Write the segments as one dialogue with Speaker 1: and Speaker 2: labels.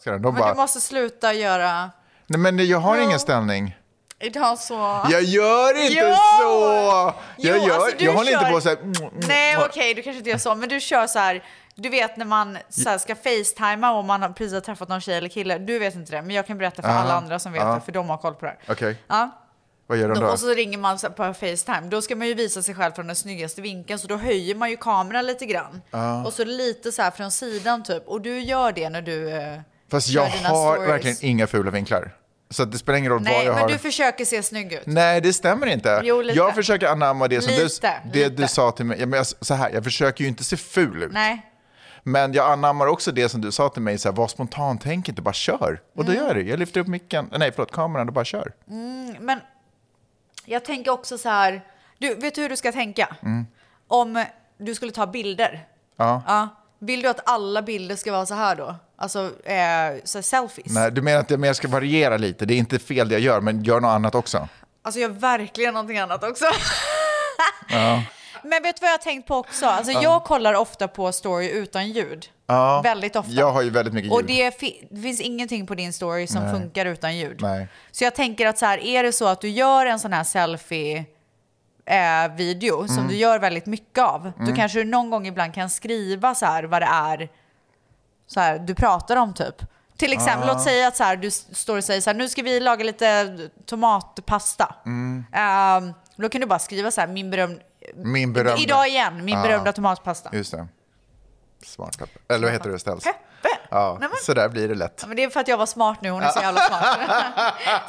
Speaker 1: Ser du? De
Speaker 2: Men
Speaker 1: bara,
Speaker 2: du måste sluta göra...
Speaker 1: nej men jag har
Speaker 2: Jo.
Speaker 1: ingen ställning.
Speaker 2: Idag så...
Speaker 1: Jag gör inte
Speaker 2: Jo!
Speaker 1: så! Jag,
Speaker 2: Jo,
Speaker 1: gör,
Speaker 2: alltså, du
Speaker 1: jag håller inte
Speaker 2: kör-
Speaker 1: på så här... Mm,
Speaker 2: Nej, okej, du kanske inte gör så. Men du kör så här... Du vet när man så här, ska facetima och man har precis har träffat någon tjej eller kille. Du vet inte det, men jag kan berätta för
Speaker 1: Ja,
Speaker 2: alla andra som vet
Speaker 1: ja.
Speaker 2: det, för de har koll på det här.
Speaker 1: mm. Okej,
Speaker 2: Ja.
Speaker 1: vad gör de då?
Speaker 2: Och så ringer man så här på Facetime. Då ska man ju visa sig själv från den snyggaste vinkeln. Så då höjer man ju kameran lite grann. Och så lite så här från sidan typ. Och du gör det när du... eh,
Speaker 1: Fast
Speaker 2: kör
Speaker 1: jag
Speaker 2: dina
Speaker 1: har
Speaker 2: stories.
Speaker 1: verkligen inga fula vinklar. Så att det spelar ingen roll vad
Speaker 2: Nej,
Speaker 1: jag
Speaker 2: men
Speaker 1: har.
Speaker 2: du försöker se snygg ut.
Speaker 1: Nej, det stämmer inte.
Speaker 2: Jo, lite.
Speaker 1: jag försöker anamma det som
Speaker 2: Lite,
Speaker 1: du, det
Speaker 2: lite.
Speaker 1: du sa till mig. Ja, men jag, så här, jag försöker ju inte se ful ut.
Speaker 2: Nej.
Speaker 1: Men jag anammar också det som du sa till mig, så här, var spontan, tänk inte, bara kör. Och
Speaker 2: Mm.
Speaker 1: då gör jag det. Jag lyfter upp micken, nej förlåt, kameran och bara kör.
Speaker 2: Men jag tänker också så här. Du, vet du hur du ska tänka?
Speaker 1: Mm.
Speaker 2: Om du skulle ta bilder.
Speaker 1: Ja.
Speaker 2: Ja. Vill du att alla bilder ska vara så här då? Alltså eh, så här selfies?
Speaker 1: Nej, du menar att jag mer ska variera lite? Det är inte fel det jag gör, men gör något annat också.
Speaker 2: Alltså jag har verkligen någonting annat också. Men vet du vad jag har tänkt på också? Alltså jag kollar ofta på story utan ljud.
Speaker 1: Ja.
Speaker 2: Väldigt ofta.
Speaker 1: Jag har ju väldigt mycket ljud.
Speaker 2: Och det, fi- det finns ingenting på din story som funkar utan ljud.
Speaker 1: Nej.
Speaker 2: Så jag tänker att så här, är det så att du gör en sån här selfie-video som
Speaker 1: Mm.
Speaker 2: du gör väldigt mycket av, då kanske du någon gång ibland kan skriva så här vad det är så här, du pratar om typ. Till exempel,
Speaker 1: Ah.
Speaker 2: låt säga att så här, du s- står och säger så här, nu ska vi laga lite tomatpasta.
Speaker 1: Mm.
Speaker 2: Ehm, då kan du bara skriva så här, min berömda...
Speaker 1: Min berömda.
Speaker 2: Idag igen, min
Speaker 1: Ja.
Speaker 2: berömda tomatpasta.
Speaker 1: Just det. Smart Peppe. Eller vad heter det ställs?
Speaker 2: Peppe?
Speaker 1: Ja,
Speaker 2: Nej, men-
Speaker 1: så där blir det lätt.
Speaker 2: Ja, Men det är för att jag var smart nu, hon är så jävla smart.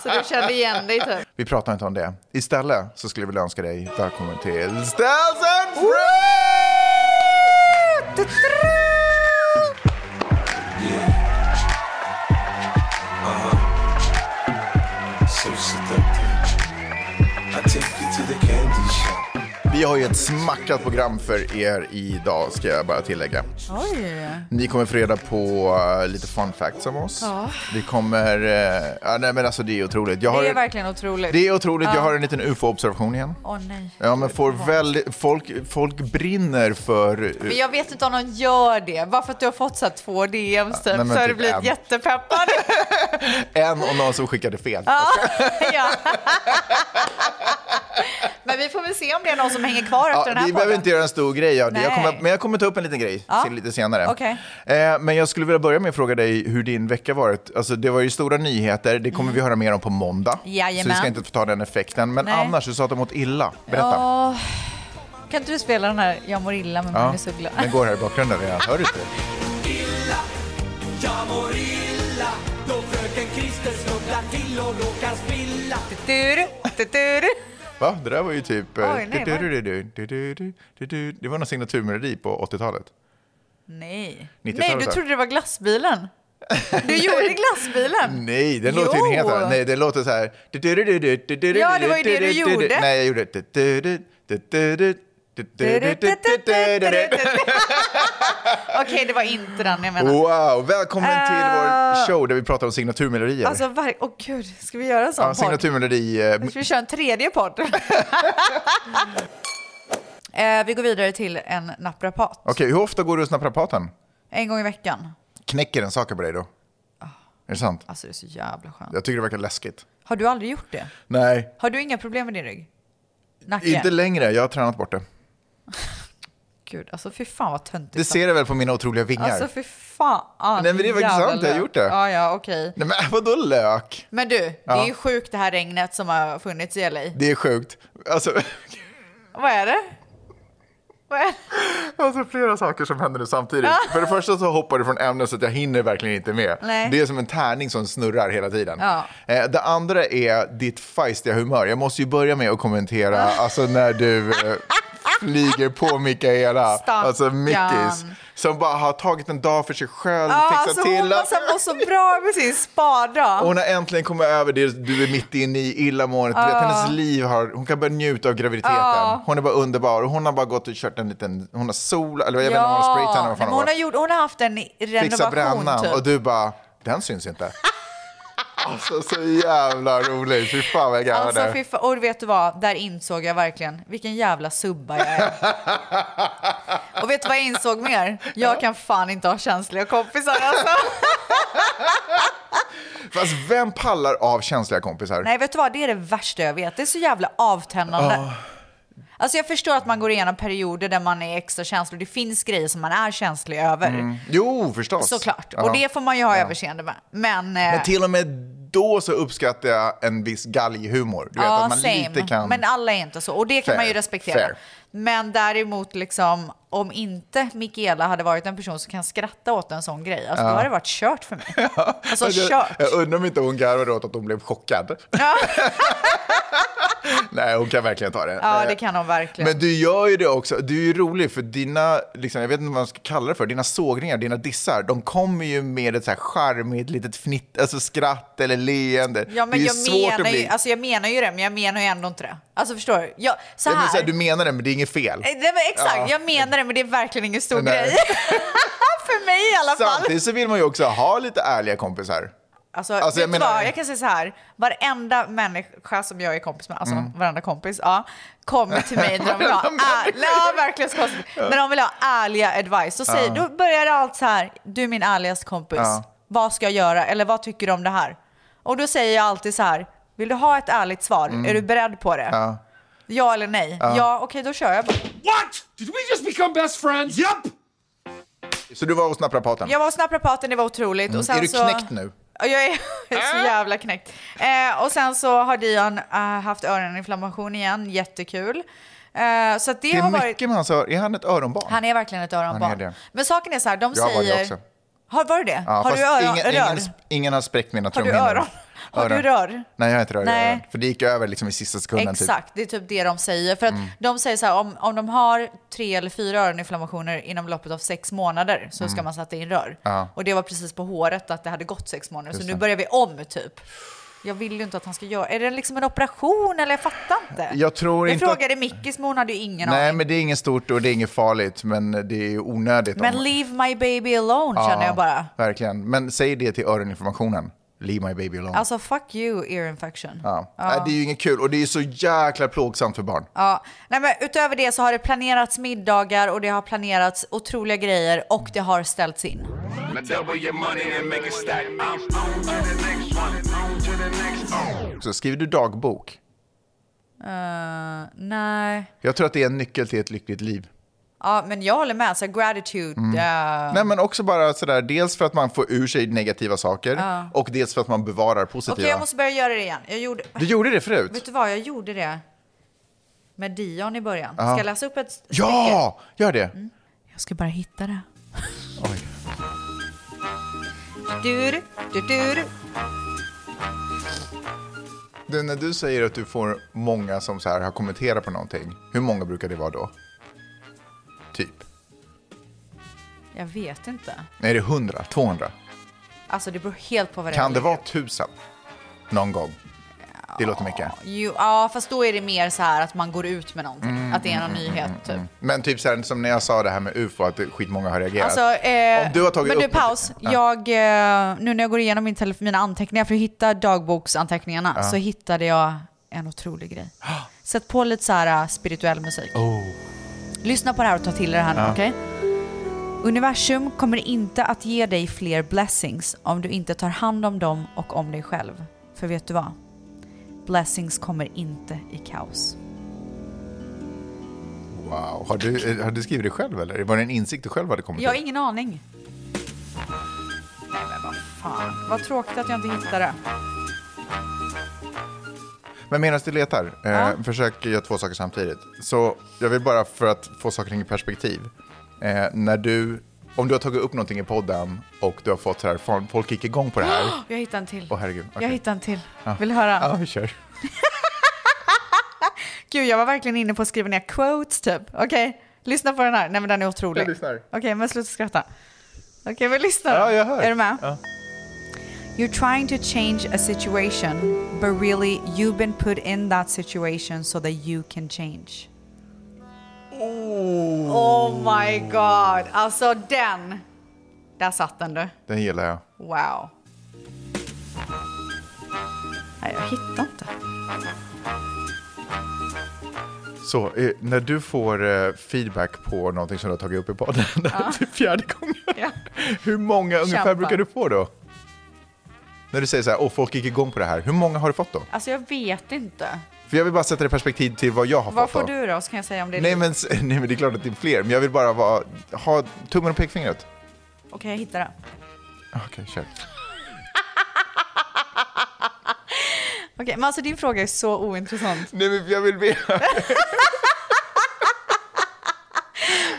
Speaker 2: så du kände igen dig typ.
Speaker 1: Vi pratar inte om det. Istället så skulle jag vilja önska dig välkommen till Ställs and Friends!
Speaker 3: so seductive. I take you to the candy shop.
Speaker 1: Vi har ju ett smackat program för er idag, ska jag bara tillägga.
Speaker 2: Oj.
Speaker 1: Ni kommer få reda på eh, lite fun facts om oss. Vi kommer... eh, ja, nej, men alltså det är otroligt. Jag har
Speaker 2: Det är
Speaker 1: en-
Speaker 2: verkligen otroligt.
Speaker 1: det är otroligt. Jag har en liten ufo-observation igen.
Speaker 2: Åh nej.
Speaker 1: Ja, men får väldigt, folk, folk brinner för... eh,
Speaker 2: Men jag vet inte om någon gör det. Bara för att du har fått så här två DMs typ,
Speaker 1: Nej, men
Speaker 2: så har
Speaker 1: typ
Speaker 2: du blivit
Speaker 1: en.
Speaker 2: jättepeppad.
Speaker 1: eh, En och någon som skickade fel.
Speaker 2: ja. men vi får väl se om det är någon som hänger kvar efter den
Speaker 1: Ja,
Speaker 2: här
Speaker 1: vi behöver
Speaker 2: podden.
Speaker 1: inte göra en stor grej av det. Jag
Speaker 2: Nej.
Speaker 1: kommer, men jag kommer ta upp en liten grej
Speaker 2: Ja.
Speaker 1: till lite senare.
Speaker 2: Okej.
Speaker 1: Eh, men jag skulle vilja börja med att fråga dig hur din vecka varit. Alltså, det var ju stora nyheter, det kommer vi höra mer om på måndag.
Speaker 2: Mm. Jajamän.
Speaker 1: Så vi ska inte få ta den effekten. Men
Speaker 2: Nej.
Speaker 1: annars, du sa att du mått illa. Berätta.
Speaker 2: Åh. Kan inte du spela den här Jag mår illa med
Speaker 1: Ja.
Speaker 2: Magnus Uggla?
Speaker 1: Den går här i bakgrunden redan, hör du inte?
Speaker 4: Jag mår illa då fröken Christer snubblar till och råkar spilla
Speaker 2: Tutur, tutur.
Speaker 1: Va? Det där var ju typ... eh,
Speaker 2: Oj, nej, vad-
Speaker 1: du-du-du-du, du-du-du, du-du. Det var någon signaturmelodi på 80-talet.
Speaker 2: Nej.
Speaker 1: 90-talet
Speaker 2: Nej, du
Speaker 1: där.
Speaker 2: trodde det var glassbilen. Du gjorde glassbilen.
Speaker 1: Nej, den låter ju en helt
Speaker 2: Jo.
Speaker 1: annan. Nej, det låter så här...
Speaker 2: Ja, det var ju det du gjorde.
Speaker 1: Nej, jag gjorde...
Speaker 2: Okej, det var inte den jag menade.
Speaker 1: Wow, välkommen till
Speaker 2: Ah.
Speaker 1: vår show där vi pratar om signaturmelodier.
Speaker 2: Alltså, var... åh gud, ska vi göra en sån
Speaker 1: ja,
Speaker 2: podd?
Speaker 1: signaturmelodi... eh,
Speaker 2: Ska vi köra en tredje podd? eh, vi går vidare till en naprapat.
Speaker 1: Okej, hur ofta går du hos naprapaten?
Speaker 2: En gång i veckan.
Speaker 1: Knäcker den saker på dig då? Är det sant?
Speaker 2: Alltså det är så jävla skönt.
Speaker 1: Jag tycker det verkar läskigt.
Speaker 2: Har du aldrig gjort det?
Speaker 1: Nej,
Speaker 2: Har du inga problem med din rygg? Nacken?
Speaker 1: inte längre. Jag har tränat bort det.
Speaker 2: Gud, alltså fy fan vad töntigt.
Speaker 1: Det ser jag väl på mina otroliga vingar.
Speaker 2: Alltså fy fan. Ah,
Speaker 1: Nej, men det är faktiskt
Speaker 2: jävla
Speaker 1: sant, jag har
Speaker 2: lök.
Speaker 1: gjort det.
Speaker 2: Ja, ja, okej.
Speaker 1: Nej, men vadå lök?
Speaker 2: Men du, det är
Speaker 1: Ja.
Speaker 2: ju sjukt det här regnet som har funnits i LA.
Speaker 1: Det är sjukt. Alltså,
Speaker 2: Vad är det? Vad är det?
Speaker 1: Alltså flera saker som händer nu samtidigt. För det första så hoppar du från ämnet så att jag hinner verkligen inte med.
Speaker 2: Nej.
Speaker 1: Det är som en tärning som snurrar hela tiden.
Speaker 2: Ja.
Speaker 1: Eh, det andra är ditt feistiga humör. Jag måste ju börja med att kommentera
Speaker 2: Ah.
Speaker 1: alltså när du eh, flyger på Mikaela,
Speaker 2: Stackarn.
Speaker 1: alltså Mickis, som bara har tagit en dag för sig själv,
Speaker 2: Ja,
Speaker 1: fixat
Speaker 2: alltså hon
Speaker 1: till
Speaker 2: mår
Speaker 1: allt.
Speaker 2: så, mår så bra med sin spada.
Speaker 1: Hon har äntligen kommit över det du är mitt inne i, illamåendet. Du vet,
Speaker 2: Ah.
Speaker 1: hennes liv har, hon kan börja njuta av graviditeten. Hon är bara underbar. Och Hon har bara gått och kört en liten, hon har sol, eller jag vet inte om hon har spraytan eller vad
Speaker 2: men
Speaker 1: fan
Speaker 2: hon,
Speaker 1: var.
Speaker 2: har gjort, hon har haft en renovation
Speaker 1: Fixa brännan
Speaker 2: typ.
Speaker 1: och du bara, den syns inte. Alltså så jävla roligt. Fy fan vad jag garvade.
Speaker 2: Alltså, fy fan. och vet du vad? Där insåg jag verkligen vilken jävla subba jag är. och vet du vad jag insåg mer? Jag kan fan inte ha känsliga kompisar alltså.
Speaker 1: Fast vem pallar av känsliga kompisar?
Speaker 2: Nej, vet du vad? Det är det värsta jag vet. Det är så jävla avtändande. Alltså jag förstår att man går igenom perioder där man är extra känslig. Det finns grejer som man är känslig över.
Speaker 1: Jo, förstås.
Speaker 2: Såklart.
Speaker 1: Mm. Ja.
Speaker 2: Och det får man ju ha överseende med. Men, eh,
Speaker 1: Men till och med då så uppskattar jag en viss galghumor. Du vet att man lite kan...
Speaker 2: Men alla är inte så. Och det kan
Speaker 1: Fair,
Speaker 2: man ju respektera.
Speaker 1: fair.
Speaker 2: Men däremot, liksom, om inte Mikaela hade varit en person som kan skratta åt en sån grej, alltså, då hade det varit kört för mig. Alltså
Speaker 1: jag,
Speaker 2: kört.
Speaker 1: jag undrar om inte hon garvade åt att hon blev chockad. Nej, hon kan verkligen ta det.
Speaker 2: Ja,
Speaker 1: Nej.
Speaker 2: det kan hon verkligen.
Speaker 1: Men du gör ju det också. Du är ju rolig för dina, liksom, jag vet inte vad man ska kalla det för, dina sågningar, dina dissar, de kommer ju med ett så här charmigt litet fnitt, alltså skratt eller leende.
Speaker 2: Ja, men
Speaker 1: det är
Speaker 2: jag, menar ju, alltså, jag menar ju det, men jag menar ju ändå inte det. Alltså förstår du? Jag, så
Speaker 1: Ja,
Speaker 2: här.
Speaker 1: men så här, du menar det, men det är inget fel.
Speaker 2: Eh, nej, men exakt,
Speaker 1: Ja.
Speaker 2: jag menar det, men det är verkligen ingen stor
Speaker 1: Nej.
Speaker 2: grej. för mig i alla fall.
Speaker 1: Samtidigt så vill man ju också ha lite ärliga kompisar.
Speaker 2: Alltså,
Speaker 1: Alltså, jag
Speaker 2: vet du
Speaker 1: menar-
Speaker 2: vad? Jag kan säga så här. Varenda människa som jag är kompis med, alltså varenda kompis, ja, kommer till mig när de vill ha,
Speaker 1: Mm. Varenda
Speaker 2: är, ja, verkligen så konstigt. När de vill ha ärliga advice. Så säger, Då börjar det allt så här, du är min ärligaste kompis.
Speaker 1: Ja.
Speaker 2: Vad ska jag göra? Eller vad tycker du om det här? Och då säger jag alltid så här, vill du ha ett ärligt svar? Är du beredd på det? Ja,
Speaker 1: Mm. Ja.
Speaker 2: eller nej? Ja, okej då kör jag bara.
Speaker 5: What? Did we just become best friends? Yup!
Speaker 1: Så du var hos naprapaten?
Speaker 2: Jag var hos naprapaten, det var otroligt. Och sen
Speaker 1: Mm. Är du
Speaker 2: så...
Speaker 1: knäckt nu?
Speaker 2: Ja, Jag är så jävla knäckt. Eh, och sen så har Dion eh, haft öroninflammation igen, jättekul. Eh, så att det,
Speaker 1: Det
Speaker 2: har
Speaker 1: är
Speaker 2: varit...
Speaker 1: mycket med hans öron. Är han ett öronbarn?
Speaker 2: Han är verkligen ett
Speaker 1: Han är
Speaker 2: öronbarn.
Speaker 1: det.
Speaker 2: Men saken är så här, de
Speaker 1: Jag var det
Speaker 2: säger...
Speaker 1: också.
Speaker 2: Har, var du det?
Speaker 1: Ja,
Speaker 2: har
Speaker 1: fast
Speaker 2: du öron?
Speaker 1: ingen,
Speaker 2: rör?
Speaker 1: Ingen, ingen har spräckt mina
Speaker 2: Har du
Speaker 1: trumhinnor.
Speaker 2: öron? Har du rör?
Speaker 1: Nej, jag har inte rör i
Speaker 2: Nej.
Speaker 1: öronen. För det gick över liksom i sista sekunden. Typ. Mm.
Speaker 2: Exakt, det är typ det de säger. För att de säger så här, om, om de har tre eller fyra öroninflammationer inom loppet av sex månader så ska man sätta in rör.
Speaker 1: Mm. Ja.
Speaker 2: Och det var precis på håret att det hade gått sex månader, så
Speaker 1: Just
Speaker 2: nu
Speaker 1: det.
Speaker 2: börjar vi om typ. Jag vill ju inte att han ska göra... Är det liksom en operation eller? Jag fattar inte.
Speaker 1: Jag tror
Speaker 2: jag
Speaker 1: inte att-
Speaker 2: frågade Mickis, men hon hade ju ingen
Speaker 1: Nej,
Speaker 2: aning.
Speaker 1: men det är inget stort och det är inget farligt, men det är ju onödigt.
Speaker 2: Men
Speaker 1: om-
Speaker 2: leave my baby alone känner jag bara.
Speaker 1: Verkligen. Men säg det till öroninformationen. Leave my baby alone.
Speaker 2: Alltså fuck you ear infection.
Speaker 1: ja. Nej, det är ju inget kul och det är ju så jäkla plågsamt för barn.
Speaker 2: Ja. Nej, men utöver det så har det planerats middagar och det har planerats otroliga grejer och det har ställts in.
Speaker 3: Now double your money and make it stack. I'm on to the next one. On to the next. On.
Speaker 1: Så skriver du dagbok?
Speaker 2: Eh, nej.
Speaker 1: Jag tror att det är en nyckel till ett lyckligt liv.
Speaker 2: Ja, men jag håller med. Så här, gratitude.
Speaker 1: Mm.
Speaker 2: eh,
Speaker 1: Nej, men också bara sådär, dels för att man får ur sig negativa saker och dels för att man bevarar positiva.
Speaker 2: Okej, jag måste börja göra det igen. Jag gjorde...
Speaker 1: Du gjorde det förut?
Speaker 2: Vet du vad, jag gjorde det med Dion i början. Ska jag läsa upp ett stycke?
Speaker 1: Ja, gör det.
Speaker 2: Jag ska bara hitta det.
Speaker 1: Oj.
Speaker 2: Dur, dur, dur.
Speaker 1: Du, när du säger att du får många som så här har kommenterat på någonting, hur många brukar det vara då? Typ.
Speaker 2: Jag vet inte.
Speaker 1: Är det 100? 200?
Speaker 2: Alltså det beror helt på vad det är.
Speaker 1: Kan det vara 1000? Någon gång? Det låter mycket.
Speaker 2: Jo, ja, fast då är det mer så här att man går ut med någonting.
Speaker 1: Mm,
Speaker 2: att det är någon nyhet typ.
Speaker 1: Men typ så här, som när jag sa det här med ufo, att skitmånga har reagerat.
Speaker 2: Alltså, eh,
Speaker 1: Om du har tagit
Speaker 2: men du,
Speaker 1: upp-
Speaker 2: paus.
Speaker 1: Ja.
Speaker 2: Jag, eh, nu när jag går igenom min telefon, mina anteckningar för att hitta dagboksanteckningarna så hittade jag en otrolig grej. Sätt på lite så här eh, spirituell musik.
Speaker 1: Oh.
Speaker 2: Lyssna på det här och ta till er det här nu, okej? Universum kommer inte att ge dig fler blessings om du inte tar hand om dem och om dig själv. För vet du vad? Blessings kommer inte i kaos.
Speaker 1: Wow. Har du, eh, har du skrivit det själv eller? Var det en insikt du själv hade kommit
Speaker 2: Jag har
Speaker 1: till?
Speaker 2: ingen aning. Nej men vad fan. Vad tråkigt att jag inte hittade det.
Speaker 1: Men medan du letar, eh, försök göra två saker samtidigt. Så jag vill bara för att få saker och ting i perspektiv. Eh, när du, om du har tagit upp någonting i podden och du har fått så här, fan, folk gick igång på det här.
Speaker 2: Jag hittade en till.
Speaker 1: Åh herregud. okej.
Speaker 2: Jag hittade en till. Vill du höra?
Speaker 1: Ja, vi kör.
Speaker 2: Gud, jag var verkligen inne på att skriva ner quotes typ. Okej, lyssna på den här. Nej men den är otrolig.
Speaker 1: Jag lyssnar.
Speaker 2: Okej, men sluta skratta. Okej, men lyssna då.
Speaker 1: Ja, jag hör.
Speaker 2: Är du med?
Speaker 1: Ja.
Speaker 2: You're trying to change a situation, but really you've been put in that situation so that you can change. Oh, my god. Alltså den. Där satt den du.
Speaker 1: Den gillar jag.
Speaker 2: Wow. Nej, jag hittar inte.
Speaker 1: Så eh, när du får eh, feedback på någonting som du har tagit upp i podden, det här är typ fjärde gången,
Speaker 2: Ja.
Speaker 1: hur många ungefär
Speaker 2: Kämpa.
Speaker 1: brukar du få då? När du säger så här, åh folk gick igång på det här, hur många har du fått då?
Speaker 2: Alltså jag vet inte.
Speaker 1: För jag vill bara sätta det i perspektiv till vad jag har
Speaker 2: Vad
Speaker 1: fått
Speaker 2: får
Speaker 1: då.
Speaker 2: du då? Så kan jag säga om det är...
Speaker 1: Nej men, s- nej men det är klart att det är fler, men jag vill bara vara, ha tummen och pekfingret.
Speaker 2: Okej, jag hittar det.
Speaker 1: Okej, kör.
Speaker 2: Okej, men alltså din fråga är så ointressant.
Speaker 1: Nej men jag vill veta.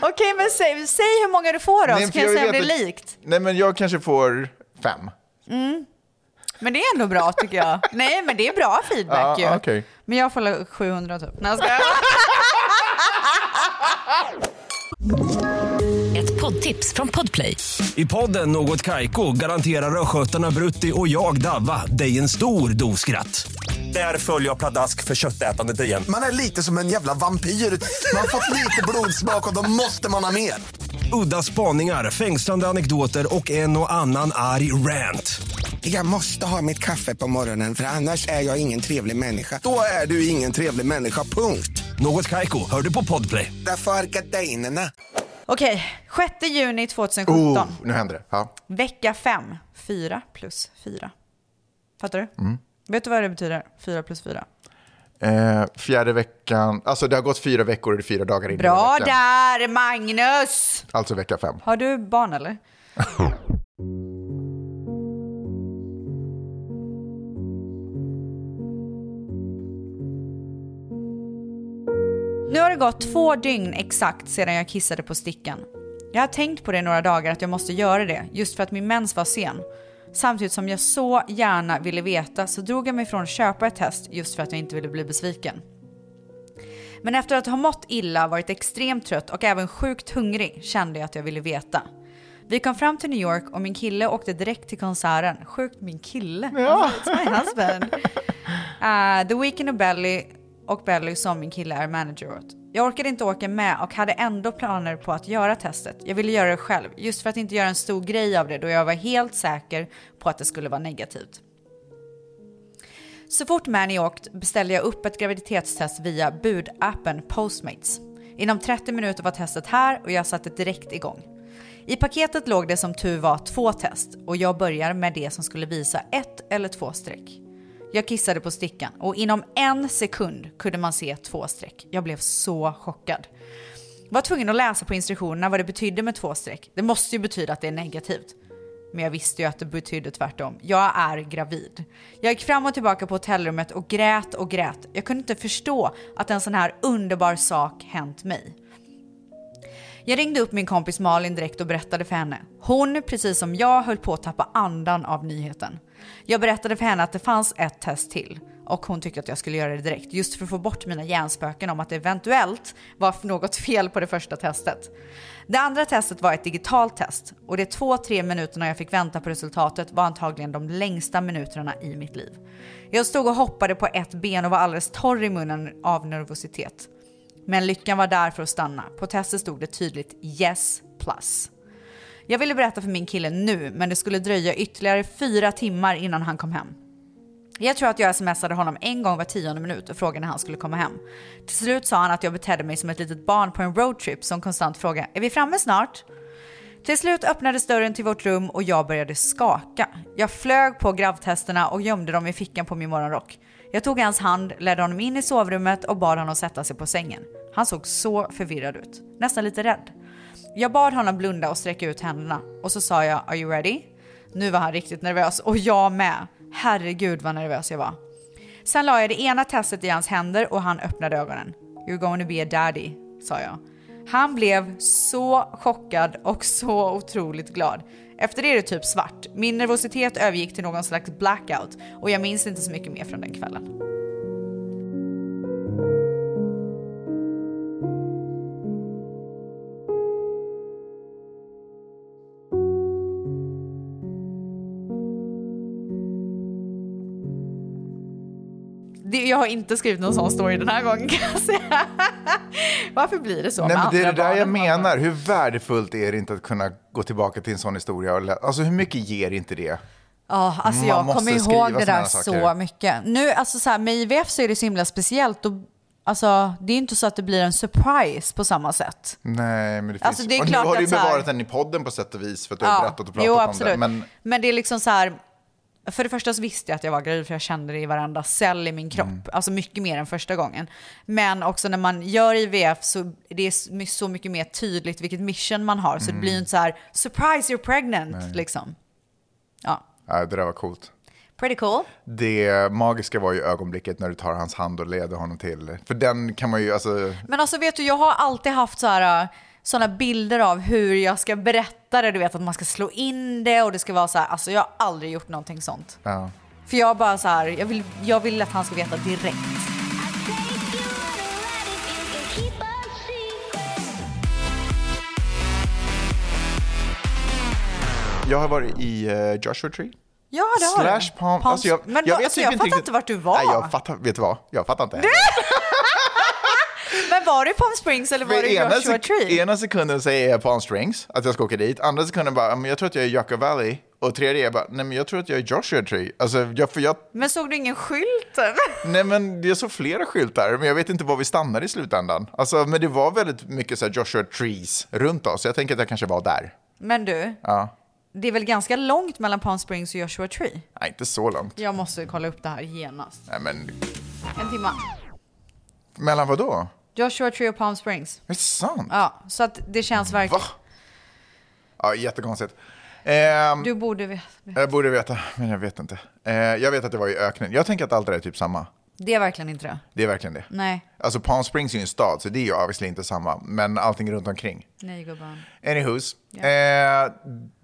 Speaker 2: Okej, men säg, säg hur många du får då,
Speaker 1: Nej,
Speaker 2: så
Speaker 1: för
Speaker 2: kan jag,
Speaker 1: vill
Speaker 2: säga om det
Speaker 1: veta-
Speaker 2: är likt.
Speaker 1: Nej men jag kanske får fem.
Speaker 2: Men det är ändå bra tycker jag. Nej, men det är bra
Speaker 1: Ja,
Speaker 2: feedback ju.
Speaker 1: Ah, okej.
Speaker 2: Men jag får la- 700 typ. Nej, jag skojar.
Speaker 6: Ett poddtips från Podplay.
Speaker 7: I podden Något Kaiko garanterar östgötarna Brutti och jag, Davva, dig en stor dos skratt. Där följer jag pladask för köttätandet igen.
Speaker 8: Man är lite som en jävla vampyr. Man har fått lite blodsmak och då måste man ha mer.
Speaker 7: Udda spaningar, fängslande anekdoter och en och annan arg rant.
Speaker 8: Jag måste ha mitt kaffe på morgonen för annars är jag ingen trevlig människa. Då är du ingen trevlig människa, punkt.
Speaker 7: Något Kaiko, hör du på Podplay.
Speaker 8: Därför arkadeinerna.
Speaker 2: Okej, 6 juni 2017.
Speaker 1: Oh, nu händer det. Ja.
Speaker 2: Vecka 5. 4 plus 4. Fattar du?
Speaker 1: Mm.
Speaker 2: Vet du vad det betyder? 4 plus 4.
Speaker 1: Eh, fjärde veckan, alltså det har gått fyra veckor och det är fyra dagar in i
Speaker 2: Bra
Speaker 1: veckan.
Speaker 2: där, Magnus!
Speaker 1: Alltså vecka fem.
Speaker 2: Har du barn eller? Nu har det gått två dygn exakt sedan jag kissade på stickan. Jag har tänkt på det några dagar att jag måste göra det, just för att min mens var sen. Samtidigt som jag så gärna ville veta så drog jag mig från att köpa ett test just för att jag inte ville bli besviken. Men efter att ha mått illa, varit extremt trött och även sjukt hungrig kände jag att jag ville veta. Vi kom fram till New York och min kille åkte direkt till konserten. Sjukt min kille. Alltså, it's my husband. Eh, The Weeknd och Belly och Belly som min kille är manager åt. Jag orkade inte åka med och hade ändå planer på att göra testet. Jag ville göra det själv, just för att inte göra en stor grej av det då jag var helt säker på att det skulle vara negativt. Så fort Mani åkt beställde jag upp ett graviditetstest via budappen Postmates. Inom 30 minuter var testet här och jag satte direkt igång. I paketet låg det som tur var två test och jag börjar med det som skulle visa ett eller två streck. Jag kissade på stickan och inom en sekund kunde man se två streck. Jag blev så chockad. Var tvungen att läsa på instruktionerna vad det betydde med två streck. Det måste ju betyda att det är negativt. Men jag visste ju att det betydde tvärtom. Jag är gravid. Jag gick fram och tillbaka på hotellrummet och grät och grät. Jag kunde inte förstå att en sån här underbar sak hänt mig. Jag ringde upp min kompis Malin direkt och berättade för henne. Hon, precis som jag, höll på att tappa andan av nyheten. Jag berättade för henne att det fanns ett test till och hon tyckte att jag skulle göra det direkt just för att få bort mina hjärnspöken om att det eventuellt var något fel på det första testet. Det andra testet var ett digitalt test och de två, tre minuterna jag fick vänta på resultatet var antagligen de längsta minuterna i mitt liv. Jag stod och hoppade på ett ben och var alldeles torr i munnen av nervositet. Men lyckan var där för att stanna. På testet stod det tydligt yes plus. Jag ville berätta för min kille nu, men det skulle dröja ytterligare fyra timmar innan han kom hem. Jag tror att jag smsade honom en gång var tionde minut och frågade när han skulle komma hem. Till slut sa han att jag betedde mig som ett litet barn på en roadtrip som konstant frågade “Är vi framme snart?” Till slut öppnades dörren till vårt rum och jag började skaka. Jag flög på gravtesterna och gömde dem i fickan på min morgonrock. Jag tog hans hand, ledde honom in i sovrummet och bad honom sätta sig på sängen. Han såg så förvirrad ut, nästan lite rädd. Jag bad honom blunda och sträcka ut händerna och så sa jag “Are you ready?” Nu var han riktigt nervös och jag med. Herregud vad nervös jag var. Sen la jag det ena testet i hans händer och han öppnade ögonen. “You're going to be a daddy” sa jag. Han blev så chockad och så otroligt glad. Efter det är det typ svart. Min nervositet övergick till någon slags blackout och jag minns inte så mycket mer från den kvällen. Det, jag har inte skrivit någon sån story den här gången kan jag säga. Varför blir det så
Speaker 1: Nej,
Speaker 2: med
Speaker 1: men det är det
Speaker 2: andra
Speaker 1: där
Speaker 2: barn?
Speaker 1: jag menar. Hur värdefullt är det inte att kunna gå tillbaka till en sån historia? Och lä- alltså hur mycket ger inte det?
Speaker 2: Ja, alltså
Speaker 1: Man
Speaker 2: jag
Speaker 1: måste
Speaker 2: kommer ihåg
Speaker 1: skriva
Speaker 2: det där
Speaker 1: såna saker.
Speaker 2: så mycket. Nu, alltså så här, med IVF så är det så himla speciellt. Och, alltså, det är inte så att det blir en surprise på samma sätt.
Speaker 1: Nej, men det finns
Speaker 2: Alltså, det är
Speaker 1: Och nu
Speaker 2: klart
Speaker 1: har du ju
Speaker 2: att så här-
Speaker 1: bevarat den i podden på sätt och vis för att du har berättat och pratat
Speaker 2: jo,
Speaker 1: om
Speaker 2: absolut.
Speaker 1: den. Men
Speaker 2: Men det är liksom så här, för det första så visste jag att jag var gravid för jag kände det i varenda cell i min kropp.
Speaker 1: Mm.
Speaker 2: Alltså mycket mer än första gången. Men också när man gör IVF så det är det så mycket mer tydligt vilket mission man har. Så det
Speaker 1: Mm.
Speaker 2: blir ju inte så här, surprise you're pregnant liksom. Ja,
Speaker 1: ja, det där var coolt.
Speaker 2: pretty cool.
Speaker 1: Det magiska var ju ögonblicket när du tar hans hand och leder honom till... För den kan man ju... Alltså,
Speaker 2: Men alltså vet du, jag har alltid haft så här, äh, såna bilder av hur jag ska berätta det. Du vet att man ska slå in det och det ska vara så här. Alltså jag har aldrig gjort någonting sånt.
Speaker 1: ja.
Speaker 2: För jag bara så här, jag vill, jag vill att han ska veta direkt.
Speaker 1: Jag har varit i eh, Joshua Tree.
Speaker 2: Ja, det har
Speaker 1: Slash
Speaker 2: du.
Speaker 1: Palm...
Speaker 2: Palm-
Speaker 1: Alltså jag,
Speaker 2: Men
Speaker 1: jag
Speaker 2: va-
Speaker 1: vet
Speaker 2: alltså,
Speaker 1: typ
Speaker 2: jag
Speaker 1: inte
Speaker 2: fattar
Speaker 1: riktigt-
Speaker 2: inte vart du var.
Speaker 1: Nej, jag fattar, vet du vad? Jag fattar inte.
Speaker 2: Men var det Palm Springs eller var
Speaker 1: För
Speaker 2: det
Speaker 1: ena,
Speaker 2: Joshua
Speaker 1: sek-
Speaker 2: Tree?
Speaker 1: ena sekunden säger jag Palm Springs, att jag ska åka dit. Andra sekunden bara, "Ja, men jag tror att jag är i Yucca Valley. Och tredje är jag bara, nej men jag tror att jag är i Joshua Tree. Alltså, jag, för jag,
Speaker 2: Men såg du ingen skylt eller?
Speaker 1: nej men jag såg flera skyltar, men jag vet inte var vi stannar i slutändan. Alltså, men det var väldigt mycket så här Joshua Trees runt oss. Jag tänker att jag kanske var där.
Speaker 2: Men du,
Speaker 1: Ja.
Speaker 2: det är väl ganska långt mellan Palm Springs och Joshua Tree?
Speaker 1: Nej, inte så långt.
Speaker 2: Jag måste kolla upp det här genast.
Speaker 1: Nej, men
Speaker 2: En timma.
Speaker 1: mellan vad då?
Speaker 2: Joshua Tree och Palm Springs.
Speaker 1: Är det sant?
Speaker 2: Ja, så att det känns verkligen...
Speaker 1: Va? Ja, jättekonstigt. Ehm,
Speaker 2: Du borde veta.
Speaker 1: Jag borde veta, men jag vet inte. Eh, jag vet att det var i öknen. Jag tänker att allt det där är typ samma.
Speaker 2: Det är verkligen inte det.
Speaker 1: Det är verkligen det.
Speaker 2: Nej.
Speaker 1: Alltså Palm Springs är ju en stad, så det är ju obviously inte samma. Men allting runt omkring.
Speaker 2: Nej gubben.
Speaker 1: Anywhos. Eh,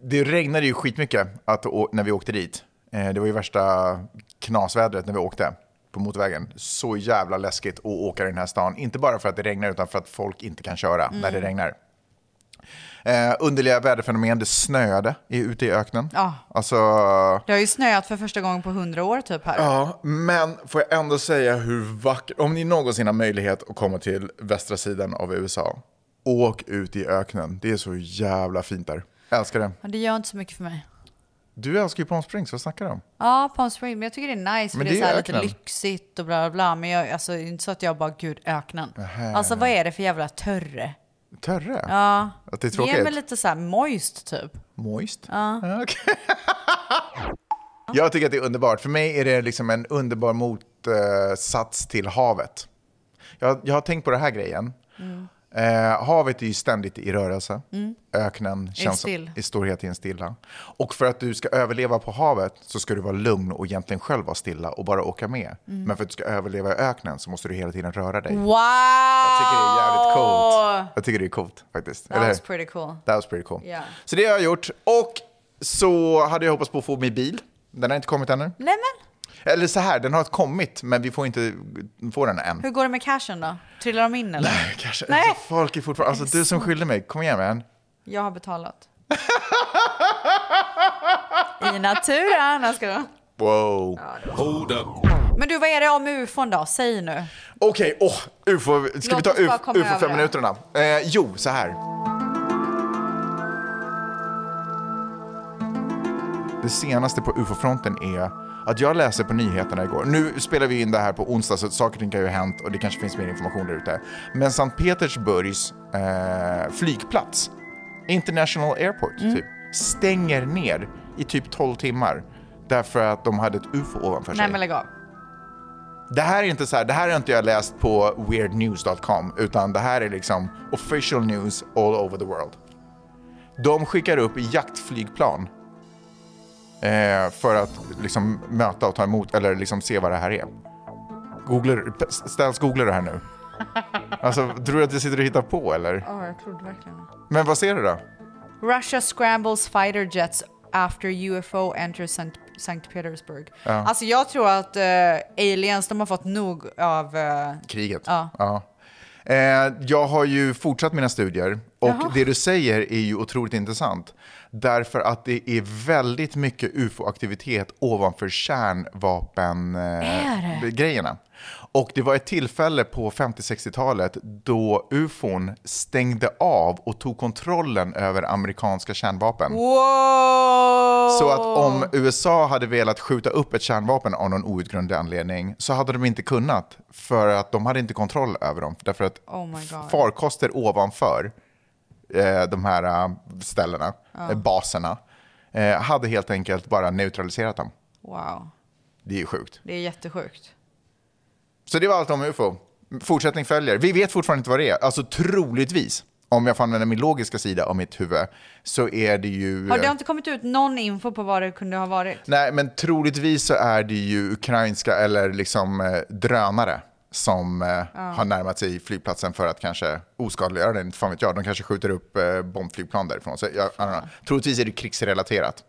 Speaker 1: det regnade ju skitmycket att, å- när vi åkte dit. Eh, det var ju värsta knasvädret när vi åkte på motorvägen. Så jävla läskigt att åka i den här stan. Inte bara för att det regnar, utan för att folk inte kan köra när det regnar. Eh, underliga väderfenomen. Det snöade i, ute i öknen.
Speaker 2: Ja.
Speaker 1: Alltså,
Speaker 2: Det har ju snöat för första gången på hundra år typ här.
Speaker 1: Ja, men får jag ändå säga hur vackert... Om ni någonsin har möjlighet att komma till västra sidan av USA, åk ut i öknen. Det är så jävla fint där. Jag älskar det.
Speaker 2: Men Det gör inte så mycket för mig.
Speaker 1: Du älskar ju Palm Springs, vad snackar du om?
Speaker 2: Ja, Palm Springs. Men jag tycker det är nice för
Speaker 1: Men
Speaker 2: det,
Speaker 1: det
Speaker 2: är
Speaker 1: är
Speaker 2: så här lite
Speaker 1: öknen.
Speaker 2: lyxigt och bla bla bla. Men jag, alltså, det är inte så att jag bara, gud öknen. Alltså vad är det för jävla törre?
Speaker 1: Törre? Ja. Att det är tråkigt?
Speaker 2: Ge mig lite så här moist typ.
Speaker 1: Moist? Ja. okej. jag tycker att det är underbart. För mig är det liksom en underbar motsats till havet. Jag, jag har tänkt på den här grejen. Eh, havet är ju ständigt i rörelse. Öknen känns
Speaker 2: still.
Speaker 1: i storhet i en stilla. Och för att du ska överleva på havet så ska du vara lugn och egentligen själv vara stilla och bara åka med. Men för att du ska överleva i öknen så måste du hela tiden röra dig.
Speaker 2: Wow!
Speaker 1: Jag tycker det är jävligt coolt. Jag tycker det är coolt faktiskt.
Speaker 2: That
Speaker 1: Eller
Speaker 2: was
Speaker 1: hur?
Speaker 2: pretty cool.
Speaker 1: That was pretty cool.
Speaker 2: Yeah.
Speaker 1: Så det har jag gjort. Och så hade jag hoppats på att få min bil. Den har inte kommit ännu.
Speaker 2: Nej men,
Speaker 1: Eller så här, den har kommit men vi får inte få den än.
Speaker 2: hur går det med cashen då? Trillar de in eller?
Speaker 1: Kanske.
Speaker 2: Nej.
Speaker 1: Alltså, folk är fortfarande... Alltså du som skyllde mig, kom igen man.
Speaker 2: Jag har betalat. I naturen. Jag ska då.
Speaker 1: Wow.
Speaker 3: Hold up.
Speaker 2: Men du, vad är det om ufon då? Säg nu.
Speaker 1: Okej, åh, UFO. Ska vi
Speaker 2: Låt
Speaker 1: ta
Speaker 2: oss bara
Speaker 1: UFO,
Speaker 2: komma
Speaker 1: UFO
Speaker 2: över
Speaker 1: fem
Speaker 2: det.
Speaker 1: minuterna? Eh, jo, så här. Det senaste på UFO-fronten är att jag läser på nyheterna igår. Nu spelar vi in det här på onsdag så saker och ting kan ju ha hänt och det kanske finns mer information där ute. Men Sankt Petersburgs eh, flygplats, International Airport,
Speaker 2: Mm.
Speaker 1: typ, stänger ner i typ 12 timmar därför att de hade ett UFO ovanför sig.
Speaker 2: Nej men lägg av.
Speaker 1: Det här är inte så här, det här har inte jag läst på weirdnews.com utan det här är liksom official news all over the world. De skickar upp jaktflygplan eh, för att liksom möta och ta emot eller liksom se vad det här är. Googlar, ställs googlar det här nu? Alltså, tror du att jag sitter och hittar på eller?
Speaker 2: Ja, jag trodde verkligen det.
Speaker 1: Men vad ser du då?
Speaker 2: Russia scrambles fighter jets after UFO enters Sankt, Sankt Petersburg. Alltså jag tror att eh, aliens, de har fått nog av... eh,
Speaker 1: kriget.
Speaker 2: Ja.
Speaker 1: Eh, jag har ju fortsatt mina studier Och det du säger är ju otroligt intressant. Därför att det är väldigt mycket ufo-aktivitet ovanför
Speaker 2: Är det?
Speaker 1: kärnvapengrejerna. Och det var ett tillfälle på 50-60-talet då ufon stängde av och tog kontrollen över amerikanska kärnvapen.
Speaker 2: Wow!
Speaker 1: Så att om USA hade velat skjuta upp ett kärnvapen av någon outgrundlig anledning så hade de inte kunnat för att de hade inte kontroll över dem. Därför att
Speaker 2: Oh my God.
Speaker 1: farkoster ovanför eh, de här eh, ställena, eh, baserna, eh, hade helt enkelt bara neutraliserat dem.
Speaker 2: Wow,
Speaker 1: Det är ju sjukt.
Speaker 2: det är jättesjukt.
Speaker 1: Så det var allt om UFO. Fortsättning följer. Vi vet fortfarande inte vad det är. Alltså troligtvis, om jag får använda min logiska sida av mitt huvud, så är det ju...
Speaker 2: Har det inte kommit ut någon info på vad det kunde ha varit?
Speaker 1: Nej, men troligtvis så är det ju ukrainska eller liksom eh, drönare som eh, har närmat sig flygplatsen för att kanske oskadliggöra den. Inte Fan vet jag, de kanske skjuter upp eh, bombflygplan därifrån. Så jag, I don't know. Troligtvis är det krigsrelaterat.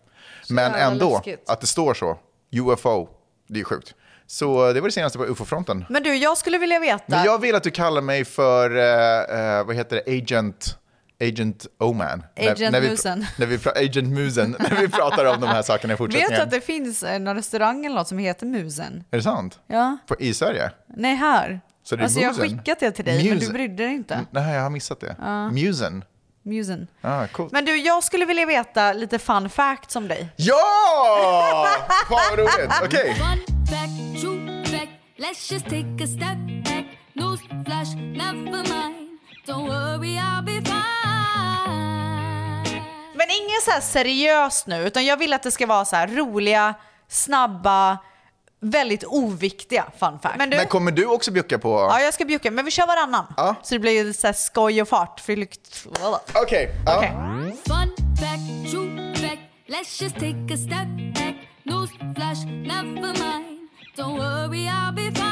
Speaker 1: men
Speaker 2: jävla
Speaker 1: ändå,
Speaker 2: läskigt.
Speaker 1: att det står så, UFO, det är sjukt. Så eh, det var det senaste på UFO-fronten.
Speaker 2: Men du, jag skulle vilja veta.
Speaker 1: Men jag vill att du kallar mig för, eh, eh, vad heter det, Agent... Agent Oman.
Speaker 2: Agent
Speaker 1: när vi,
Speaker 2: Musen.
Speaker 1: När vi, pra- Agent Musen. När vi pratar om de här sakerna i
Speaker 2: Vet
Speaker 1: fortsättningen.
Speaker 2: du att det finns eh, någon restaurang eller något som heter Musen?
Speaker 1: Är det sant?
Speaker 2: Ja.
Speaker 1: På, I Sverige?
Speaker 2: Nej, här.
Speaker 1: Så det är
Speaker 2: alltså, jag har
Speaker 1: Musen?
Speaker 2: skickat det till dig, men du
Speaker 1: Musen.
Speaker 2: brydde dig inte.
Speaker 1: Nej, jag har missat det. Musen.
Speaker 2: Musen.
Speaker 1: Ah, coolt.
Speaker 2: Men du, jag skulle vilja veta lite fun facts om dig.
Speaker 1: Ja! Fan vad roligt. Okej.
Speaker 9: One back, two back. Let's just take a step back. No splash, never mind. Don't worry, I'll be fine.
Speaker 2: Men inget så här seriöst nu, utan jag vill att det ska vara så här roliga, snabba, väldigt oviktiga fun facts. Men du,
Speaker 1: Men kommer du också bjucka på...
Speaker 2: ja, jag ska bjucka, men vi kör varannan.
Speaker 1: Ja.
Speaker 2: Så det blir så här skoj och fart. Flykt.
Speaker 1: Okej. ja.
Speaker 2: Okej.
Speaker 9: One back, two back. Let's just take a step back. No splash, never mind. Don't worry, I'll be fine.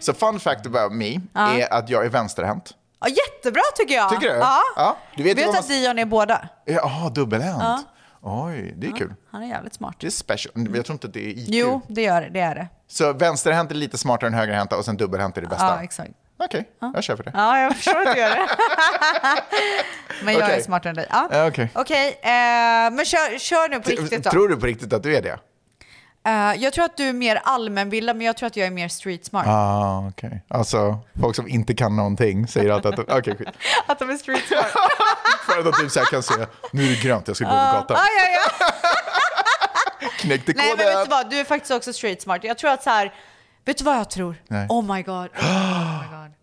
Speaker 1: Så fun fact about me är att jag är vänsterhänt.
Speaker 2: Ja, jättebra tycker jag.
Speaker 1: Tycker du?
Speaker 2: Ja.
Speaker 1: Ja, du vet ju
Speaker 2: vet du
Speaker 1: vad man-
Speaker 2: att Dion är båda?
Speaker 1: Jaha, dubbelhänt. Oj, det är kul.
Speaker 2: Han är jävligt smart.
Speaker 1: Det är special. Men Jag tror inte att det är IQ.
Speaker 2: Jo, det, gör, det, det är det.
Speaker 1: Så vänsterhänt är lite smartare än högerhänta och sen dubbelhänt är det bästa.
Speaker 2: Ja, exakt.
Speaker 1: Okej, jag kör för det.
Speaker 2: Ja, jag förstår att du gör det. men jag är
Speaker 1: Okej.
Speaker 2: smartare än dig. Ja.
Speaker 1: Ja, okej.
Speaker 2: Okej, eh, men kör, kör nu på riktigt då.
Speaker 1: tror du på riktigt att du är det?
Speaker 2: Eh, jag tror att du är mer allmänbildad, men jag tror att jag är mer street smart.
Speaker 1: Ah, okej. Alltså, folk som inte kan någonting säger alltid att... Okej, skit.
Speaker 2: Att de är street smart.
Speaker 1: För att de typ så här kan säga, nu är det grönt, jag ska gå över
Speaker 2: ja,
Speaker 1: gatan.
Speaker 2: ja, ja.
Speaker 1: Knäckte koden!
Speaker 2: Nej, men vet du vad? Du är faktiskt också street smart. Jag tror att så här, vet du vad jag tror?
Speaker 1: Nej.
Speaker 2: Oh my god. Oh my god.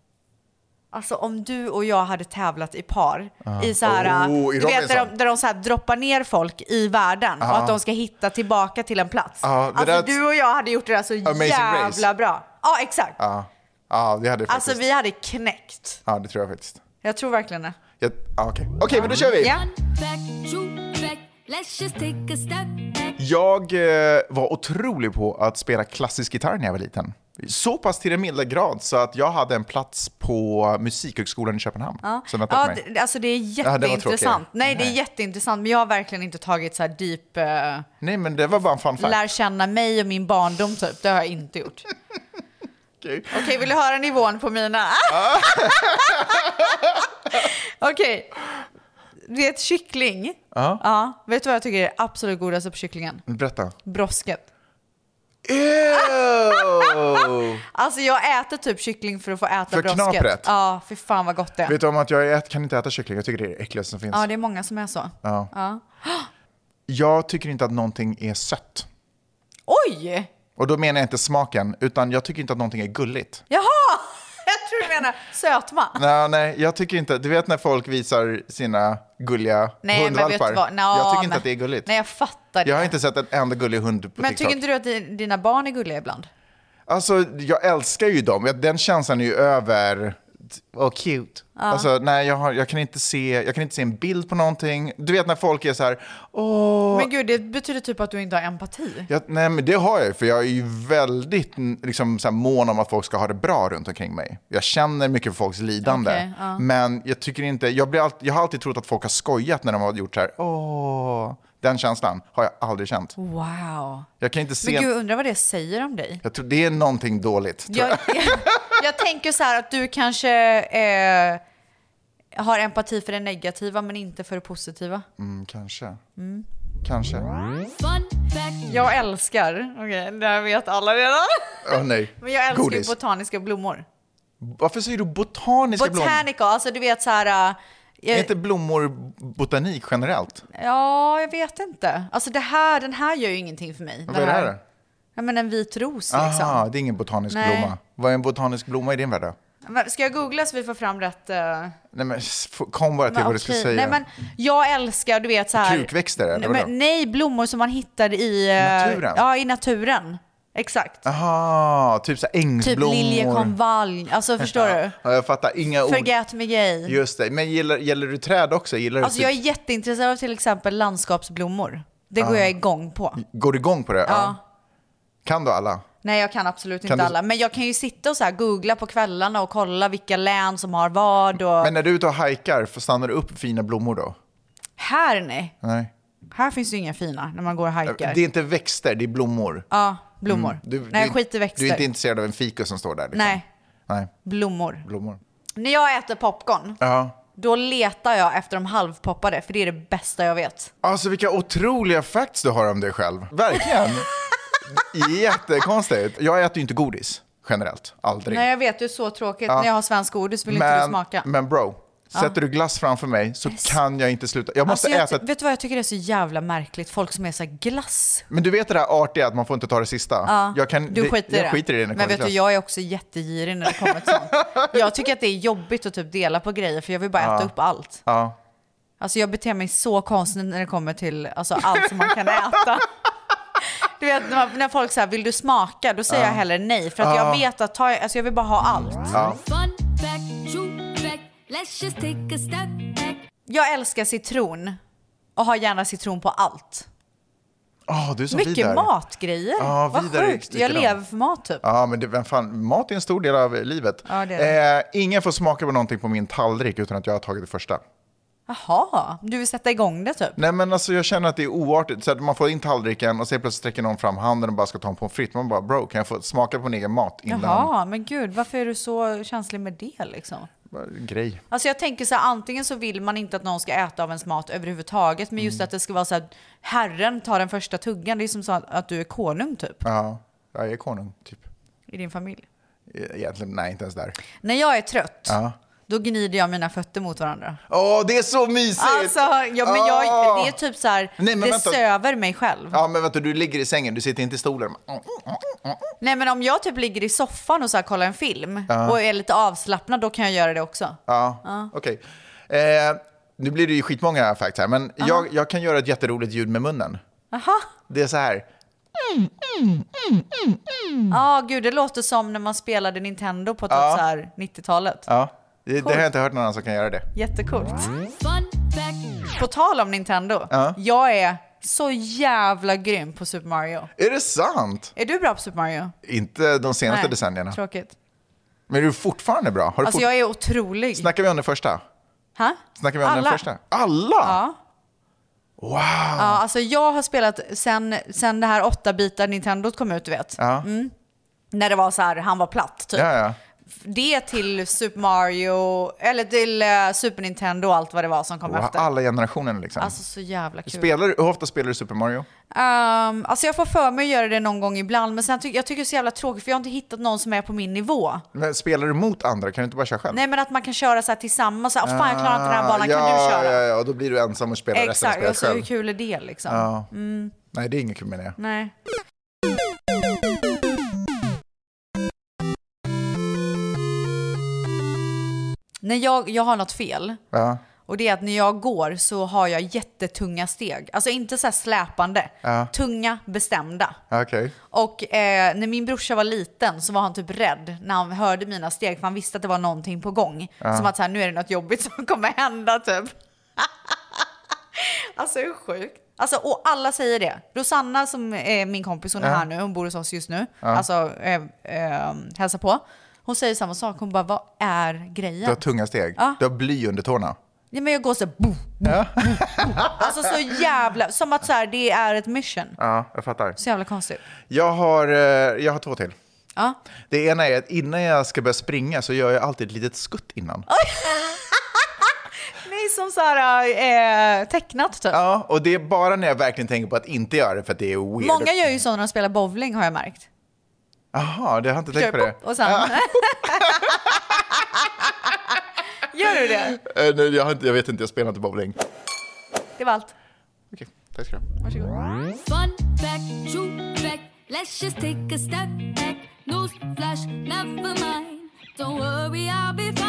Speaker 2: Alltså om du och jag hade tävlat i par i så här,
Speaker 1: Oh, i
Speaker 2: du vet, där de,
Speaker 1: Robinson.
Speaker 2: där de så här droppar ner folk i världen och att de ska hitta tillbaka till en plats.
Speaker 1: Ja, det
Speaker 2: alltså
Speaker 1: där-
Speaker 2: du och jag hade gjort det där så
Speaker 1: Amazing
Speaker 2: jävla
Speaker 1: Race.
Speaker 2: bra. Ja, exakt.
Speaker 1: Ja, ja det hade jag faktiskt.
Speaker 2: Alltså vi hade knäckt.
Speaker 1: Ja, det tror jag faktiskt.
Speaker 2: Jag tror verkligen det.
Speaker 1: Jag... Ja, Okej, Okej, men då kör vi!
Speaker 2: Ja.
Speaker 9: One back, two back. Let's just take a step back.
Speaker 1: Jag eh, var otrolig på att spela klassisk gitarr när jag var liten. Så pass till den milda grad så att jag hade en plats på Musikhögskolan i Köpenhamn. Som väntade på
Speaker 2: Ja,
Speaker 1: mig.
Speaker 2: det, alltså det är
Speaker 1: var tråkigare.
Speaker 2: jätteintressant. Nej, det är
Speaker 1: Nej.
Speaker 2: jätteintressant, men jag har verkligen inte tagit så här deep, eh,
Speaker 1: Nej, men det var bara en fun fact.
Speaker 2: lär känna mig och min barndom typ. Det har jag inte gjort. Okej,
Speaker 1: Okej.
Speaker 2: vill du höra nivån på mina? Okej. Vet kyckling? Ja. Vet du vad jag tycker är det absolut godaste på kycklingen?
Speaker 1: Berätta.
Speaker 2: Brosket.
Speaker 1: Ew!
Speaker 2: Alltså jag äter typ kyckling för att få äta
Speaker 1: För
Speaker 2: brosket.
Speaker 1: knapret?
Speaker 2: Ja, för fan vad gott det är.
Speaker 1: Vet du om att jag ät, kan inte äta kyckling? Jag tycker det är det äckligaste som finns.
Speaker 2: Ja, det är många som är så.
Speaker 1: Jag tycker inte att någonting är sött.
Speaker 2: Oj!
Speaker 1: Och då menar jag inte smaken, utan jag tycker inte att någonting är gulligt.
Speaker 2: Jaha! Jag tror du menar sötma.
Speaker 1: Nej, nej, jag tycker inte. Du vet när folk visar sina gulliga
Speaker 2: Nej, men
Speaker 1: hundvalpar?
Speaker 2: vet du vad? Nå,
Speaker 1: jag tycker inte
Speaker 2: men-
Speaker 1: att det är gulligt.
Speaker 2: Nej, jag fattar det.
Speaker 1: jag har inte sett en enda gullig hund på
Speaker 2: men
Speaker 1: TikTok.
Speaker 2: tycker inte du att di- dina barn är gulliga ibland?
Speaker 1: Alltså, jag älskar ju dem. Jag- Den känslan är ju över... Och cute. Alltså, nej, jag, har, jag, kan inte se, jag kan inte se en bild på någonting. Du vet när folk är så här, åh...
Speaker 2: Men gud, det betyder typ att du inte har empati.
Speaker 1: Jag, nej, men det har jag ju, för jag är ju väldigt n- liksom, så här, mån om att folk ska ha det bra runt omkring mig. Jag känner mycket för folks lidande.
Speaker 2: Okej, ja.
Speaker 1: Men jag tycker inte, jag, blir allt, jag har alltid trott att folk har skojat när de har gjort så här, åh. Den känslan har jag aldrig känt.
Speaker 2: Wow.
Speaker 1: Jag kan inte se,
Speaker 2: Men gud, undrar vad det säger om dig.
Speaker 1: jag tror det är någonting dåligt. tror
Speaker 2: Jag, jag, jag tänker så här att du kanske eh, har empati för det negativa men inte för det positiva.
Speaker 1: Mm, kanske. Kanske. Åh
Speaker 9: Fun fact,
Speaker 2: Jag älskar, okej det här vet alla redan.
Speaker 1: nej.
Speaker 2: Men jag älskar ju
Speaker 1: Godis.
Speaker 2: botaniska blommor.
Speaker 1: Varför säger du botaniska blommor?
Speaker 2: Botanical, alltså du vet så här... äh,
Speaker 1: Är
Speaker 2: jag-
Speaker 1: inte blommor botanik generellt?
Speaker 2: Ja, jag vet inte. Alltså det här, den här gör ju ingenting för mig.
Speaker 1: Vad är det här?
Speaker 2: Ja, men en vit ros
Speaker 1: Aha,
Speaker 2: liksom.
Speaker 1: Ah, det är ingen botanisk
Speaker 2: Nej.
Speaker 1: blomma. Vad är en botanisk blomma i din värld då?
Speaker 2: Men Ska jag googla så vi får fram rätt... eh,
Speaker 1: Nej men s- f- kom bara till
Speaker 2: men
Speaker 1: vad du ska
Speaker 2: okej.
Speaker 1: säga.
Speaker 2: Nej, men jag älskar, du vet så här...
Speaker 1: Krukväxter eller
Speaker 2: nej,
Speaker 1: vadå?
Speaker 2: men, nej, blommor som man hittar i... eh,
Speaker 1: Naturen? Ah,
Speaker 2: Ja, i naturen. Exakt.
Speaker 1: Aha, typ så här
Speaker 2: typ
Speaker 1: ängsblommor.
Speaker 2: liljekonvalj. Alltså förstår du?
Speaker 1: Ja, jag fattar. Inga ord.
Speaker 2: Forget me gay.
Speaker 1: Just Oh. det. Men gillar, gäller du träd också? Gillar
Speaker 2: Alltså
Speaker 1: du
Speaker 2: jag är
Speaker 1: typ, Ah.
Speaker 2: jätteintresserad av till exempel landskapsblommor. Det går jag igång på.
Speaker 1: Går du igång på det?
Speaker 2: Ja.
Speaker 1: Kan du alla?
Speaker 2: Nej, jag kan absolut inte
Speaker 1: du-
Speaker 2: alla. Men jag kan ju sitta och så här googla på kvällarna och kolla vilka län som har vad och...
Speaker 1: Men när du är ute och hajkar, får- stannar du upp för fina blommor då?
Speaker 2: Här nej.
Speaker 1: Nej.
Speaker 2: Här finns det ju inga fina när man går och hajkar.
Speaker 1: Det är inte växter, det är blommor.
Speaker 2: Ja, blommor. nej, jag skiter i växter.
Speaker 1: Du är inte intresserad av en fikus som står där? Liksom.
Speaker 2: Nej,
Speaker 1: Nej,
Speaker 2: blommor.
Speaker 1: blommor.
Speaker 2: När jag äter popcorn,
Speaker 1: Ja.
Speaker 2: då letar jag efter de halvpoppade, för det är det bästa jag vet.
Speaker 1: Alltså vilka otroliga facts du har om dig själv. Verkligen. Jättekonstigt. Jag äter ju inte godis generellt. Aldrig.
Speaker 2: Nej, jag vet, det är så tråkigt. När jag har svensk godis vill inte du
Speaker 1: men,
Speaker 2: smaka.
Speaker 1: men bro, sätter du glass framför mig så kan jag inte sluta. Jag måste
Speaker 2: alltså, jag,
Speaker 1: äta.
Speaker 2: ty- Vet du vad jag tycker det är så jävla märkligt? Folk som är så här glass.
Speaker 1: Men du vet det där artiga att man får inte ta det sista? Jag, kan,
Speaker 2: Du
Speaker 1: det,
Speaker 2: skiter i
Speaker 1: jag
Speaker 2: det.
Speaker 1: skiter i det. när det
Speaker 2: Men
Speaker 1: kommer
Speaker 2: vet du,
Speaker 1: till
Speaker 2: jag är också jättegirig när det kommer till sånt. Jag tycker att det är jobbigt att typ dela på grejer för jag vill bara äta upp allt.
Speaker 1: Ja.
Speaker 2: Alltså jag beter mig så konstigt när det kommer till alltså, allt som man kan äta. Du vet när man- när folk säger vill du smaka? Då säger jag hellre nej för att jag vet att ta, alltså, jag vill bara ha allt.
Speaker 9: fun fact, true fact. Let's just take a step back.
Speaker 2: Jag älskar citron och har gärna citron på allt.
Speaker 1: Åh, Ah, du är så
Speaker 2: Mycket
Speaker 1: vidare.
Speaker 2: matgrejer.
Speaker 1: Ja,
Speaker 2: Vad
Speaker 1: vidare
Speaker 2: sjukt.
Speaker 1: tycker
Speaker 2: Jag
Speaker 1: de.
Speaker 2: lever för mat typ.
Speaker 1: Ja, men det, vem fan, mat är en stor del av livet.
Speaker 2: Ja, det
Speaker 1: Eh, ingen får smaka på någonting på min tallrik utan att jag har tagit det första.
Speaker 2: Jaha, du vill sätta igång det typ?
Speaker 1: Nej men alltså jag känner att det är oartigt. Så att man får in tallriken och sen plötsligt sträcker någon fram handen och bara ska ta en pommes frites. Man bara bro, kan jag få smaka på min egen mat innan?
Speaker 2: Jaha, men gud, varför är du så känslig med det liksom?
Speaker 1: Bara en Grej.
Speaker 2: Alltså jag tänker så här, antingen så vill man inte att någon ska äta av ens mat överhuvudtaget, men
Speaker 1: Mm.
Speaker 2: just att det ska vara så här, herren tar den första tuggan, det är som så att, att du är konung typ,
Speaker 1: Ja, jag är konung typ.
Speaker 2: i din familj.
Speaker 1: E- Egentligen, nej inte ens där.
Speaker 2: När jag är trött, då gnider jag mina fötter mot varandra.
Speaker 1: Åh, det är så mysigt!
Speaker 2: Alltså, ja, men jag,
Speaker 1: Åh!
Speaker 2: det är typ så här,
Speaker 1: Ah. Nej, men
Speaker 2: det
Speaker 1: vänta.
Speaker 2: söver mig själv.
Speaker 1: Ja men vänta, du ligger i sängen, du sitter inte i stolen. Mm,
Speaker 2: Nej men om jag typ ligger i soffan och så här kollar en film och är lite avslappnad, då kan jag göra det också.
Speaker 1: Ja, okej. Eh, nu blir det ju skitmånga facts här, men jag, jag kan göra ett jätteroligt ljud med munnen.
Speaker 2: Aha.
Speaker 1: Det är så här.
Speaker 2: Ja, gud, det låter som när man spelade Nintendo på typ så här 90-talet.
Speaker 1: Ja. Det, det har
Speaker 2: Coolt.
Speaker 1: jag inte hört någon annan som kan göra det.
Speaker 2: Jättecoolt.
Speaker 9: Fun fact,
Speaker 2: På tal om Nintendo, jag är så jävla grym på Super Mario.
Speaker 1: Är det sant?
Speaker 2: Är du bra på Super Mario?
Speaker 1: Inte de senaste
Speaker 2: Nej,
Speaker 1: decennierna.
Speaker 2: Tråkigt.
Speaker 1: Men är du fortfarande bra? Har du
Speaker 2: Alltså
Speaker 1: fort...
Speaker 2: jag är otrolig.
Speaker 1: Snackar vi om den första?
Speaker 2: ha?
Speaker 1: Snackar vi om
Speaker 2: Alla.
Speaker 1: den första? Alla?
Speaker 2: Ja.
Speaker 1: Wow!
Speaker 2: Ja, alltså jag har spelat sen, sen det här 8-bitar Nintendot kom ut, du vet. Mm.
Speaker 1: Ja.
Speaker 2: När det var så här, han var platt typ.
Speaker 1: Ja, ja.
Speaker 2: Det till Super Mario, eller till eh, Super Nintendo och allt vad det var som kom
Speaker 1: Wow,
Speaker 2: efter.
Speaker 1: alla generationer liksom.
Speaker 2: Alltså så jävla kul.
Speaker 1: spelar, du- hur ofta spelar du Super Mario?
Speaker 2: Um, alltså jag får för mig att göra det någon gång ibland, men sen ty- jag tycker det är så jävla tråkigt för jag har inte hittat någon som är på min nivå.
Speaker 1: Men spelar du mot andra? Kan du inte bara köra själv? Ah,
Speaker 2: Nej men att man kan köra så här tillsammans, så här, "Åh, fan jag klarar inte den här banan,
Speaker 1: ja,
Speaker 2: kan du köra?
Speaker 1: Ja, ja, och då blir du ensam och spelar
Speaker 2: Exakt,
Speaker 1: resten av
Speaker 2: alltså, hur
Speaker 1: spelet själv.
Speaker 2: kul är det liksom?
Speaker 1: Ja. Nej, det är inget kul menar jag.
Speaker 2: Nej. När jag, jag har något fel,
Speaker 1: Ja.
Speaker 2: och det är att när jag går så har jag jättetunga steg. Alltså inte så här släpande, tunga, bestämda.
Speaker 1: Ah, Okej.
Speaker 2: Och eh, när min brorsa var liten så var han typ rädd när han hörde mina steg för han visste att det var någonting på gång. Som att så här, nu är det något jobbigt som kommer hända typ. alltså hur sjukt? Alltså, och alla säger det. Rosanna som är min kompis, hon är här nu, hon bor hos oss just nu. Alltså eh, eh, hälsa på. Hon säger samma sak, hon bara vad är
Speaker 1: Du har
Speaker 2: grejen?
Speaker 1: tunga steg.
Speaker 2: Ja.
Speaker 1: Du har bly under tårna.
Speaker 2: Nej men jag går så här, bo, bo, bo. Alltså så jävla, som att så här, det är ett mission.
Speaker 1: Ja, jag fattar.
Speaker 2: Så jävla konstigt.
Speaker 1: Jag har, eh, jag har två till.
Speaker 2: Ja.
Speaker 1: Det ena är att innan jag ska börja springa så gör jag alltid ett litet skutt innan.
Speaker 2: precis som så här, eh, tecknat typ.
Speaker 1: Ja, och det är bara när jag verkligen tänker på att inte göra det för att det är weird.
Speaker 2: Många gör ju så när de spelar bowling har jag märkt.
Speaker 1: Jaha, det har jag inte tänkt på
Speaker 2: Kör
Speaker 1: det.
Speaker 2: pop och sen... gör du det?
Speaker 1: Eh, nej, jag, har inte, jag vet inte, jag spelar inte bowling. Okej,
Speaker 2: Det var allt.
Speaker 1: tack ska du ha.
Speaker 2: Varsågod.
Speaker 9: Fun fact, true fact. Let's just take a step back. No splash, never mind. Don't worry, I'll be fine.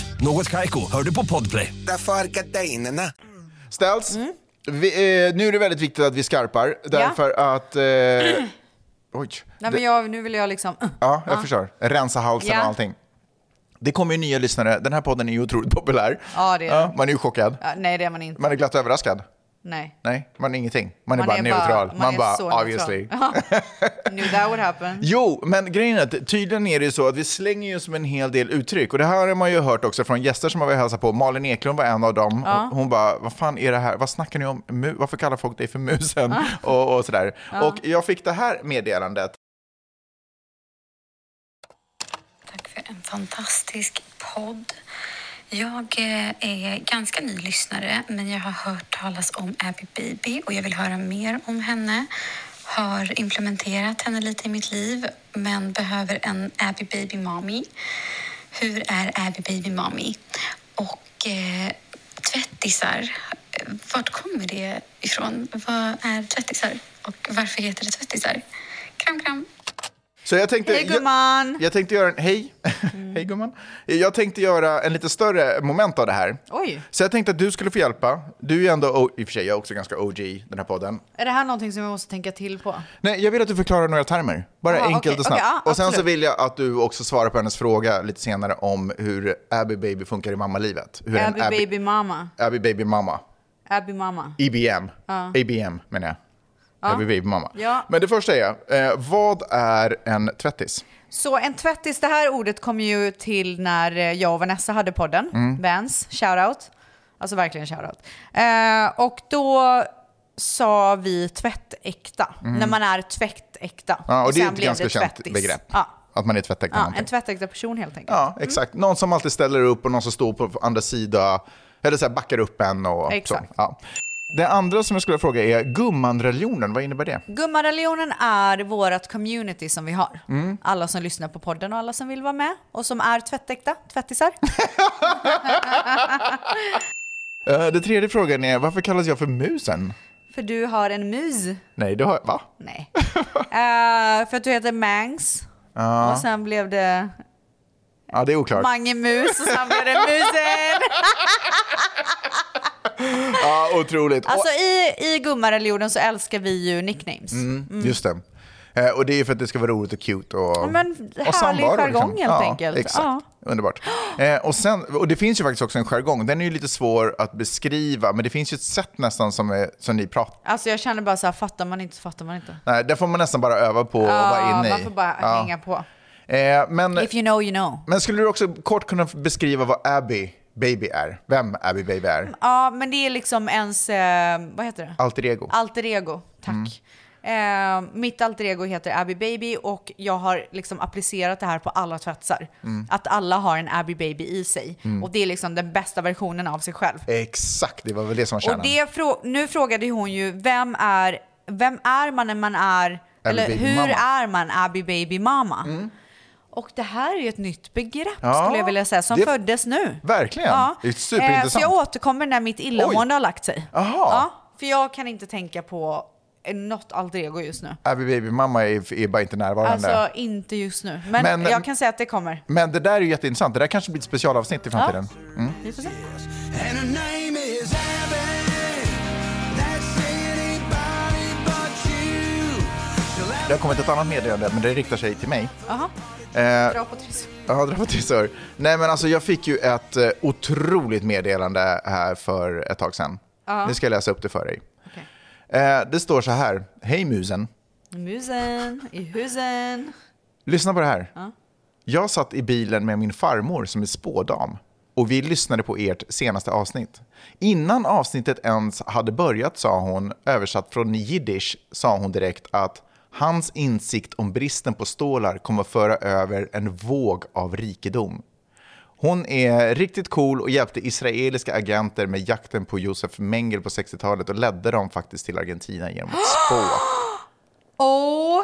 Speaker 7: Något Kaiko, hör du på Podplay.
Speaker 8: Därför är gardinerna.
Speaker 1: Ställs,
Speaker 2: Mm.
Speaker 1: vi, eh, nu är det väldigt viktigt att vi skarpar, därför att... Eh, oj.
Speaker 2: Nej,
Speaker 1: Det-
Speaker 2: men jag, nu vill jag liksom...
Speaker 1: Ja, jag förstår. Rensa halsen
Speaker 2: Ja.
Speaker 1: och allting. Det kommer ju nya lyssnare. Den här podden är ju otroligt populär.
Speaker 2: Ja, det är den.
Speaker 1: man är ju chockad.
Speaker 2: Ja, nej, det är man inte.
Speaker 1: Man är glatt överraskad.
Speaker 2: Nej.
Speaker 1: Nej, man är ingenting. Man är
Speaker 2: Man
Speaker 1: bara
Speaker 2: är bara-
Speaker 1: neutral.
Speaker 2: man
Speaker 1: man
Speaker 2: är så
Speaker 1: bara,
Speaker 2: neutral.
Speaker 1: obviously.
Speaker 2: Knew that would happen.
Speaker 1: Jo, men grejen är att tydligen är det ju så att vi slänger ju som en hel del uttryck. Och det här har man ju hört också från gäster som har varit och hälsat på. Malin Eklund var en av dem. Hon, hon bara, vad fan är det här? Vad snackar ni om? Mu- Varför kallar folk dig för musen? Och, och sådär. Och jag fick det här meddelandet.
Speaker 9: Tack för en fantastisk podd. Jag eh, är ganska ny lyssnare, men jag har hört talas om Abby Baby och jag vill höra mer om henne. Har implementerat henne lite i mitt liv, men behöver en Abby Baby Mommy. Hur är Abby Baby Mommy? Och eh, tvättisar, eh, vart kommer det ifrån? Vad är tvättisar? Och varför heter det tvättisar? Kram, kram!
Speaker 1: Så jag tänkte,
Speaker 2: Hej, gumman! Mm.
Speaker 1: Jag, jag tänkte göra en, hej, hej gumman. Jag tänkte göra en lite större moment av det här.
Speaker 2: Oj.
Speaker 1: Så jag tänkte att du skulle få hjälpa. Du är ju ändå, o- i och för sig, jag är också ganska OG i den här podden.
Speaker 2: Är det här någonting som jag måste tänka till på?
Speaker 1: Nej, jag vill att du förklarar några termer. Bara
Speaker 2: Ja,
Speaker 1: enkelt
Speaker 2: okej,
Speaker 1: och snabbt.
Speaker 2: okej, ja,
Speaker 1: och sen så
Speaker 2: absolut.
Speaker 1: vill jag att du också svarar på hennes fråga lite senare om hur Abby Baby funkar i mammalivet. Hur en
Speaker 2: Abby baby mama.
Speaker 1: Abby Baby mamma. E
Speaker 2: Abby mamma.
Speaker 1: IBM. ABM menar jag. Abby Baby mamma.
Speaker 2: Ja.
Speaker 1: Men det första är, eh, vad är en tvättis?
Speaker 2: Så en tvättis, det här ordet kom ju till när eh, jag och Vanessa hade podden,
Speaker 1: Mm.
Speaker 2: Vans, shoutout. Alltså verkligen shoutout. Eh, och då sa vi tvättäkta, när man är tvättäkta.
Speaker 1: Mm. Ja, och, det är
Speaker 2: sen
Speaker 1: ett
Speaker 2: blev
Speaker 1: ganska
Speaker 2: det
Speaker 1: känt
Speaker 2: tvättis.
Speaker 1: begrepp.
Speaker 2: Ja,
Speaker 1: Att man är tvättäkta
Speaker 2: ja
Speaker 1: någonting.
Speaker 2: en Mm. tvättäkta person helt enkelt.
Speaker 1: Ja, exakt. Någon som alltid ställer upp och någon som står på andra sidan. Eller så här backar upp en och
Speaker 2: Exakt.
Speaker 1: så. Ja. Det andra som jag skulle fråga är gummanreligionen, vad innebär det?
Speaker 2: Gummareligionen är vårt community som vi har.
Speaker 1: Mm.
Speaker 2: Alla som lyssnar på podden och alla som vill vara med och som är tvättäkta, tvättisar.
Speaker 1: Eh, Det tredje frågan är, varför kallas jag för musen?
Speaker 2: För du har en mus.
Speaker 1: Nej, det har jag... Va?
Speaker 2: Nej. Eh, för att du heter Mangs. Och sen blev det
Speaker 1: Ja, det är oklart.
Speaker 2: Mange Mus och sen blev det Musen.
Speaker 1: Ja, otroligt.
Speaker 2: Alltså i, i gummareligionen så älskar vi ju nicknames.
Speaker 1: och, just det. Eh, Och det är för att det ska vara roligt och cute och,
Speaker 2: men härlig
Speaker 1: och samvaro. liksom.
Speaker 2: jargong helt
Speaker 1: ja,
Speaker 2: enkelt.
Speaker 1: Exakt.
Speaker 2: Ja.
Speaker 1: Underbart. Eh, och, sen, och det finns ju faktiskt också en jargong. Den är ju lite svår att beskriva, men det finns ju ett sätt nästan som, är, som ni pratar
Speaker 2: Alltså jag känner bara så här, fattar man inte så fattar man inte.
Speaker 1: Nej, där får man nästan bara öva på och vara
Speaker 2: Ja,
Speaker 1: inne i.
Speaker 2: man får bara
Speaker 1: Ja.
Speaker 2: hänga på.
Speaker 1: Eh, men,
Speaker 2: If you know you know.
Speaker 1: men skulle du också kort kunna beskriva vad Abby Baby är? Vem Abby Baby är?
Speaker 2: Ja, men det är liksom ens, eh, vad heter det?
Speaker 1: Alter ego?
Speaker 2: Alter ego, Mm. tack. Eh, mitt alter ego heter Abby Baby och jag har liksom applicerat det här på alla tvättsar. Att alla har en Abby Baby i sig. Och det är liksom den bästa versionen av sig själv.
Speaker 1: Exakt, det var väl det som var
Speaker 2: Och
Speaker 1: kärnan.
Speaker 2: det frå- nu frågade hon ju, vem är, vem är man när man är, eller
Speaker 1: Baby
Speaker 2: hur
Speaker 1: Mama. Mm.
Speaker 2: är man Abby Baby Mama? Och det här är ju ett nytt begrepp
Speaker 1: Ja,
Speaker 2: skulle jag vilja säga, som
Speaker 1: det-
Speaker 2: föddes nu.
Speaker 1: Verkligen. Det är superintressant.
Speaker 2: Eh, Så jag återkommer när mitt illamående
Speaker 1: Oj.
Speaker 2: har lagt sig.
Speaker 1: Aha.
Speaker 2: Ja, för jag kan inte tänka på eh, något alter ego just nu.
Speaker 1: Abby Baby mamma är, är bara inte närvarande.
Speaker 2: Alltså inte just nu, men,
Speaker 1: eh. Men- eh,
Speaker 2: jag kan säga att det kommer.
Speaker 1: Men det där är ju jätteintressant. Det där kanske blir ett specialavsnitt i framtiden.
Speaker 2: Vi får se.
Speaker 4: And her name is Abby. That's anybody but you. She'll
Speaker 1: Det har kommit ett annat meddelande, men det riktar sig till mig.
Speaker 2: Jaha,
Speaker 1: Eh,
Speaker 2: dra på trissor.
Speaker 1: Ja, dramatisör. Nej, men alltså jag fick ju ett eh, otroligt meddelande här för ett tag sedan.
Speaker 2: Ja.
Speaker 1: Nu ska jag läsa upp det för dig.
Speaker 2: Okej.
Speaker 1: Eh, det står så här. Hej musen.
Speaker 2: Musen i husen.
Speaker 1: Lyssna på det här.
Speaker 2: Ja.
Speaker 1: Jag satt i bilen med min farmor som är spådam och vi lyssnade på ert senaste avsnitt. Innan avsnittet ens hade börjat sa hon, översatt från jiddisch, sa hon direkt att hans insikt om bristen på stålar kommer föra över en våg av rikedom. Hon är riktigt cool och hjälpte israeliska agenter med jakten på Josef Mengel på 60-talet och ledde dem faktiskt till Argentina genom att spå.
Speaker 2: Oh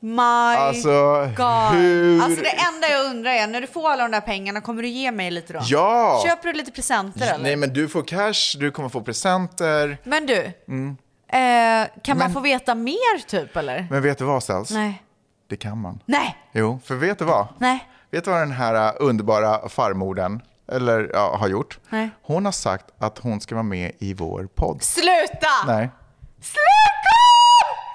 Speaker 2: my
Speaker 1: Alltså,
Speaker 2: god.
Speaker 1: hur-
Speaker 2: Alltså det enda jag undrar är, när du får alla de där pengarna, kommer du ge mig lite då?
Speaker 1: Ja!
Speaker 2: Köper du lite presenter eller?
Speaker 1: Nej men du får cash, du kommer få presenter.
Speaker 2: Men du,
Speaker 1: Mm.
Speaker 2: eh, kan man
Speaker 1: Men-
Speaker 2: få veta mer typ eller?
Speaker 1: Men vet du vad Sels?
Speaker 2: Nej.
Speaker 1: Det kan man.
Speaker 2: Nej.
Speaker 1: Jo, för vet du vad?
Speaker 2: Nej.
Speaker 1: Vet du vad den här äh, underbara farmodern eller, ja, har gjort?
Speaker 2: Nej.
Speaker 1: Hon har sagt att hon ska vara med i vår podd.
Speaker 2: Sluta!
Speaker 1: Nej.
Speaker 2: Sluta!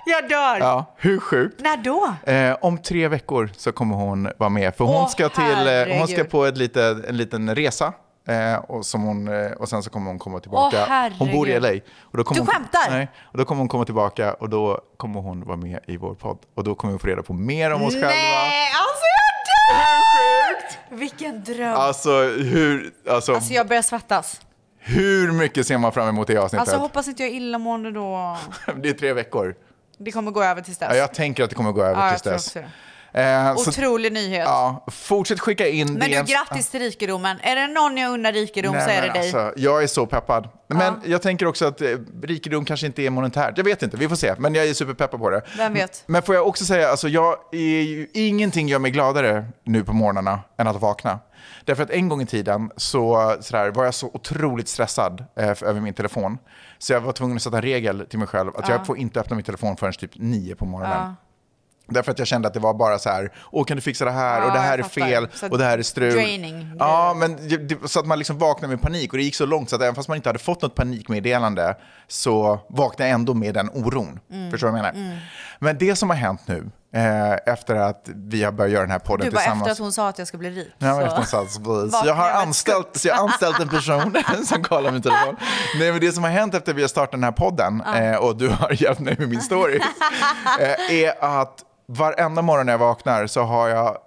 Speaker 2: Jag dör.
Speaker 1: Ja, hur sjukt?
Speaker 2: När då?
Speaker 1: Eh, om tre veckor så kommer hon vara med. För hon,
Speaker 2: Åh,
Speaker 1: ska, till, eh, hon ska
Speaker 2: herregud.
Speaker 1: på ett lite, en liten resa. Eh, och, som hon, eh, och sen så kommer hon komma tillbaka. hon bor i LA.
Speaker 2: herregud.
Speaker 1: Och då kommer
Speaker 2: Du
Speaker 1: hon,
Speaker 2: skämtar?
Speaker 1: Nej, och då kommer hon komma tillbaka och då kommer hon vara med i vår podd. Och då kommer vi få reda på mer om oss själva.
Speaker 2: Nej, alltså jag dör! Vilken dröm.
Speaker 1: Alltså hur, alltså,
Speaker 2: Alltså jag börjar svettas.
Speaker 1: hur mycket ser man fram emot det avsnittet?
Speaker 2: Alltså hoppas inte jag är illamående då.
Speaker 1: det är tre veckor.
Speaker 2: Det kommer gå över tills dess.
Speaker 1: Ja, jag tänker att det kommer gå över
Speaker 2: Ja, jag
Speaker 1: tills
Speaker 2: tror
Speaker 1: dess.
Speaker 2: också det.
Speaker 1: Eh, så-
Speaker 2: Otrolig nyhet.
Speaker 1: ja, fortsätt skicka in
Speaker 2: Men du,
Speaker 1: DMs.
Speaker 2: grattis till rikedomen. Är det någon jag unnar rikedom
Speaker 1: Nej,
Speaker 2: så är det
Speaker 1: men
Speaker 2: dig.
Speaker 1: alltså, jag är så peppad. Men jag tänker också att eh, rikedom kanske inte är monetärt. Jag vet inte, vi får se. Men jag är superpeppad på det.
Speaker 2: Vem vet?
Speaker 1: Men får jag också säga, alltså, jag är ju, ingenting gör mig gladare nu på morgnarna än att vakna. Därför att en gång i tiden så, sådär, var jag så otroligt stressad eh, för- över min telefon. Så jag var tvungen att sätta en regel till mig själv att
Speaker 2: Ja.
Speaker 1: jag får inte öppna min telefon förrän typ nio på morgonen.
Speaker 2: Ja.
Speaker 1: Därför att jag kände att det var bara så här, åh kan du fixa det här
Speaker 2: Ja,
Speaker 1: och det här
Speaker 2: jag
Speaker 1: är
Speaker 2: fattar.
Speaker 1: fel
Speaker 2: Så
Speaker 1: och det här är strul.
Speaker 2: draining.
Speaker 1: Ja, men det- det, så att man liksom vaknade med panik och det gick så långt så att även fast man inte hade fått något panikmeddelande så vaknade jag ändå med den oron.
Speaker 2: Mm.
Speaker 1: Förstår du vad jag menar?
Speaker 2: Mm.
Speaker 1: Men det som har hänt nu eh, efter att vi har börjat göra den här podden
Speaker 2: Du bara
Speaker 1: tillsammans.
Speaker 2: efter att hon sa att jag ska bli rik.
Speaker 1: Nej, men
Speaker 2: så-
Speaker 1: efter en sats, precis.
Speaker 2: Vaknar
Speaker 1: jag har
Speaker 2: jag med ett
Speaker 1: anställt, så jag har anställt en person som kollar min telefon. Nej, men det som har hänt efter vi har startat den här podden
Speaker 2: Ja.
Speaker 1: eh, och du har hjälpt mig med min story eh, är att varenda morgon när jag vaknar så har jag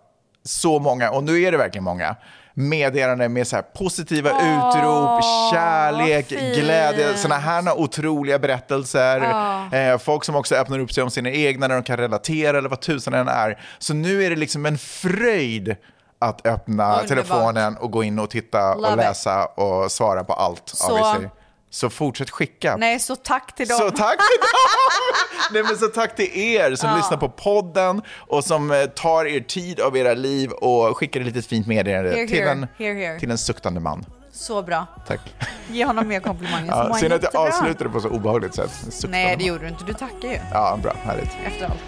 Speaker 1: så många, och nu är det verkligen många, meddelanden med så här positiva utrop, kärlek, glädje, sådana här otroliga berättelser.
Speaker 10: Ja.
Speaker 1: Eh, folk som också öppnar upp sig om sina egna när de kan relatera eller vad tusan det än är. Så nu är det liksom en fröjd att öppna
Speaker 2: Underbart.
Speaker 1: telefonen och gå in och titta
Speaker 2: Love
Speaker 1: och
Speaker 2: it.
Speaker 1: läsa och svara på allt.
Speaker 2: Så-
Speaker 1: obviously. så fortsätt skicka.
Speaker 2: Nej, så tack till dem.
Speaker 1: Så tack till dem! Nej, men så tack till er som
Speaker 2: Ja.
Speaker 1: lyssnar på podden och som eh, tar er tid av era liv och skickar ett litet fint meddelande
Speaker 2: Here,
Speaker 1: till,
Speaker 2: here.
Speaker 1: en-
Speaker 2: Here, here.
Speaker 1: till en suktande man.
Speaker 2: Så bra.
Speaker 1: Tack.
Speaker 2: Ge honom mer komplimanger. så mår
Speaker 1: Ja,
Speaker 2: han
Speaker 1: Synd att jag
Speaker 2: jättebra.
Speaker 1: avslutade på så obehagligt sätt. Suktande
Speaker 2: Nej, det
Speaker 1: man.
Speaker 2: gjorde du inte. Du tackar ju.
Speaker 1: Ja, bra. Härligt.
Speaker 2: Efter allt.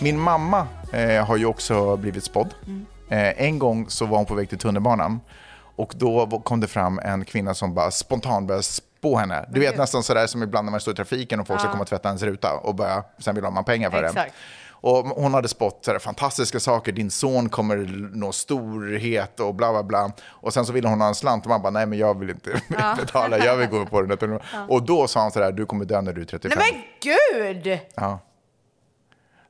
Speaker 1: Min mamma eh, har ju också blivit spådd.
Speaker 2: Mm.
Speaker 1: Eh, en gång så var hon på väg till tunnelbanan och då v- kom det fram en kvinna som bara spontant började spå henne. Du vet nästan sådär som ibland när man står i trafiken och folk ska
Speaker 10: Ja.
Speaker 1: komma och tvätta ens ruta och börja, sen vill man pengar för den.
Speaker 10: Exakt.
Speaker 1: Och hon hade spått sådär fantastiska saker, din son kommer nå storhet och bla bla bla. Och sen så ville hon ha en slant och man bara nej men jag vill inte
Speaker 2: Ja.
Speaker 1: betala, jag vill gå på den där tunnelbanan.
Speaker 2: Ja.
Speaker 1: Och då sa hon sådär, du kommer dö när du är 35.
Speaker 2: Nej men gud!
Speaker 1: Ja.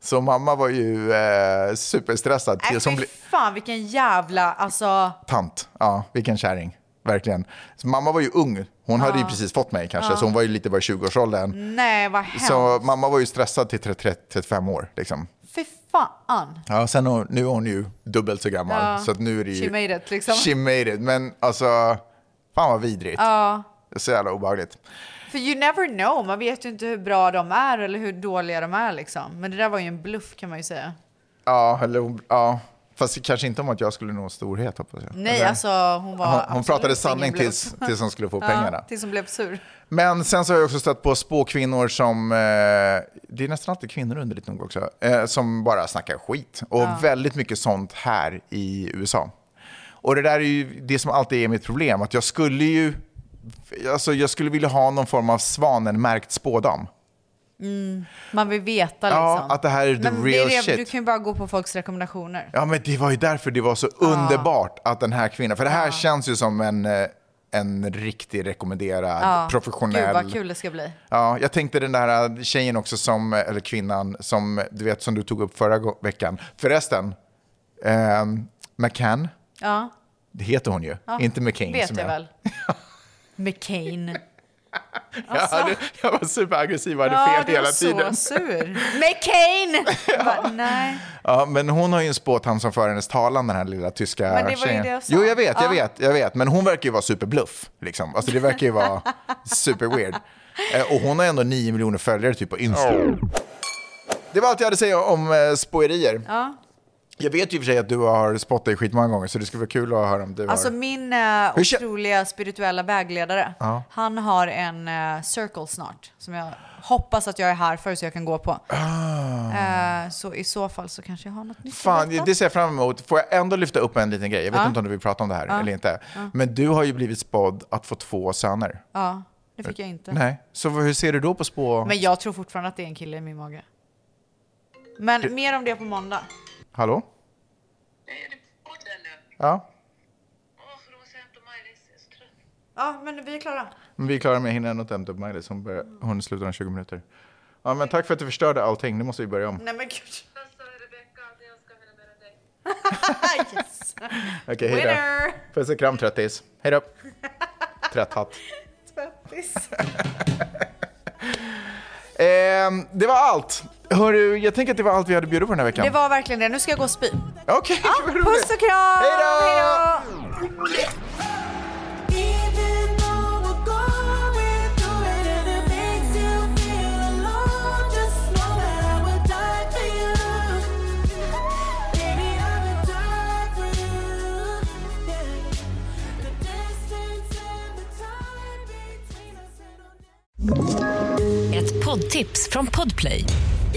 Speaker 1: Så mamma var ju eh, superstressad.
Speaker 2: Nej,
Speaker 1: tills hon
Speaker 2: Äh, fy
Speaker 1: blev
Speaker 2: fan vilken jävla, alltså.
Speaker 1: tant. Ja, vilken kärring. Verkligen. Så mamma var ju ung. Hon hade ju
Speaker 2: Ja.
Speaker 1: precis fått mig kanske,
Speaker 2: Ja.
Speaker 1: så hon var ju lite bara i 20-årsåldern.
Speaker 2: Nej vad hemskt.
Speaker 1: Så mamma var ju stressad till 30, 35 år. Liksom.
Speaker 2: Fy fan.
Speaker 1: Ja, sen hon, nu är hon ju dubbelt så gammal.
Speaker 2: Ja.
Speaker 1: Så att nu är det ju...
Speaker 2: She made it, liksom.
Speaker 1: She made it. Men alltså, fan vad vidrigt.
Speaker 2: Ja.
Speaker 1: Så jävla obehagligt.
Speaker 2: För you never know, man vet ju inte hur bra de är eller hur dåliga de är liksom. Men det där var ju en bluff kan man ju säga.
Speaker 1: Ja, eller, hon- ja. Fast kanske inte om att jag skulle nå storhet hoppas jag.
Speaker 2: Nej,
Speaker 1: Eller?
Speaker 2: alltså hon var
Speaker 1: Hon- hon
Speaker 2: absolut
Speaker 1: pratade
Speaker 2: ingen
Speaker 1: sanning
Speaker 2: bluff.
Speaker 1: tills- tills hon skulle få pengarna.
Speaker 2: Ja, tills hon blev sur.
Speaker 1: Men sen så har jag också stött på spåkvinnor som, eh, det är nästan alltid kvinnor underligt nog också, eh, som bara snackar skit. Och
Speaker 10: Ja.
Speaker 1: väldigt mycket sånt här i USA. Och det där är ju det som alltid är mitt problem, att jag skulle ju, alltså jag skulle vilja ha någon form av svanenmärkt spådam.
Speaker 2: Mm, man vill veta liksom.
Speaker 1: Ja, att det här är the
Speaker 2: Men det
Speaker 1: real
Speaker 2: det-
Speaker 1: shit.
Speaker 2: Du kan ju bara gå på folks rekommendationer.
Speaker 1: Ja, men det var ju därför det var så underbart att den här kvinnan, för det här känns ju som en, eh, en riktig rekommenderad, professionell.
Speaker 2: Gud vad kul det ska bli.
Speaker 1: Ja, jag tänkte den där äh, tjejen också, som, eller kvinnan, som du vet som du tog upp förra go- veckan. Förresten, eh, McCann,
Speaker 2: Ja.
Speaker 1: det heter hon ju,
Speaker 2: ja.
Speaker 1: inte McCain.
Speaker 2: Vet
Speaker 1: som
Speaker 2: jag väl. McCain.
Speaker 1: Jag, hade, jag var superaggressiv och hade
Speaker 2: Alltså. Ja,
Speaker 1: fel
Speaker 2: du var
Speaker 1: hela tiden.
Speaker 2: så sur. McCain! Jag Bara, nej.
Speaker 1: Ja, men hon har ju en spåtand som för hennes talan, den här lilla tyska
Speaker 2: Men det var ju
Speaker 1: tjejen.
Speaker 2: det jag sa.
Speaker 1: jo, jag vet, jag
Speaker 2: Ja.
Speaker 1: vet, jag vet. Men hon verkar ju vara superbluff. Liksom. Alltså, det verkar ju vara superweird. Eh, Och hon har ändå 9 miljoner följare typ på Instagram. Det var allt jag hade att säga om eh, spåerier.
Speaker 2: Ja.
Speaker 1: Jag vet ju i och för sig att du har spottat dig skitmånga gånger, så det skulle vara kul att höra om du
Speaker 2: Alltså
Speaker 1: har...
Speaker 2: min eh,
Speaker 1: Hur kä-
Speaker 2: otroliga spirituella vägledare,
Speaker 1: Ja.
Speaker 2: han har en eh, circle snart som jag hoppas att jag är här för så jag kan gå på. Eh, så i så fall så kanske jag har något nytt att
Speaker 1: Ah. Fan,
Speaker 2: berätta.
Speaker 1: det ser jag fram emot. Får jag ändå lyfta upp en liten grej? Jag vet
Speaker 2: Ja.
Speaker 1: inte om du vill prata om det här
Speaker 2: Ja.
Speaker 1: eller inte.
Speaker 2: Ja.
Speaker 1: Men du har ju blivit spådd att få två söner.
Speaker 2: Ja, det fick jag inte.
Speaker 1: Nej, så hur ser du då på spå...
Speaker 2: Men jag tror fortfarande att det är en kille i min mage. Men mer om det på måndag.
Speaker 1: Hallå? Ja,
Speaker 2: Ja, men vi är klara.
Speaker 1: men vi är klara med hinner ändå inte hämta upp Maj-Lis. Hon, börjar- hon slutar om 20 minuter. Ja, men tack för att du förstörde allting. Nu måste vi börja om.
Speaker 2: Nej men gud. yes.
Speaker 1: Okej, hej då.
Speaker 2: Winner!
Speaker 1: Puss och kram, tröttis. Hej då. Trötthatt.
Speaker 2: Tvättis.
Speaker 1: Ehm, det var allt. Hörru, jag tänker att det var allt vi hade bjudit på den här veckan.
Speaker 2: Det var verkligen det. Nu ska jag gå och spy.
Speaker 1: Okej,
Speaker 2: Ja,
Speaker 1: vad roligt.
Speaker 2: puss och kram!
Speaker 1: Hej då!
Speaker 6: Ett poddtips från Podplay.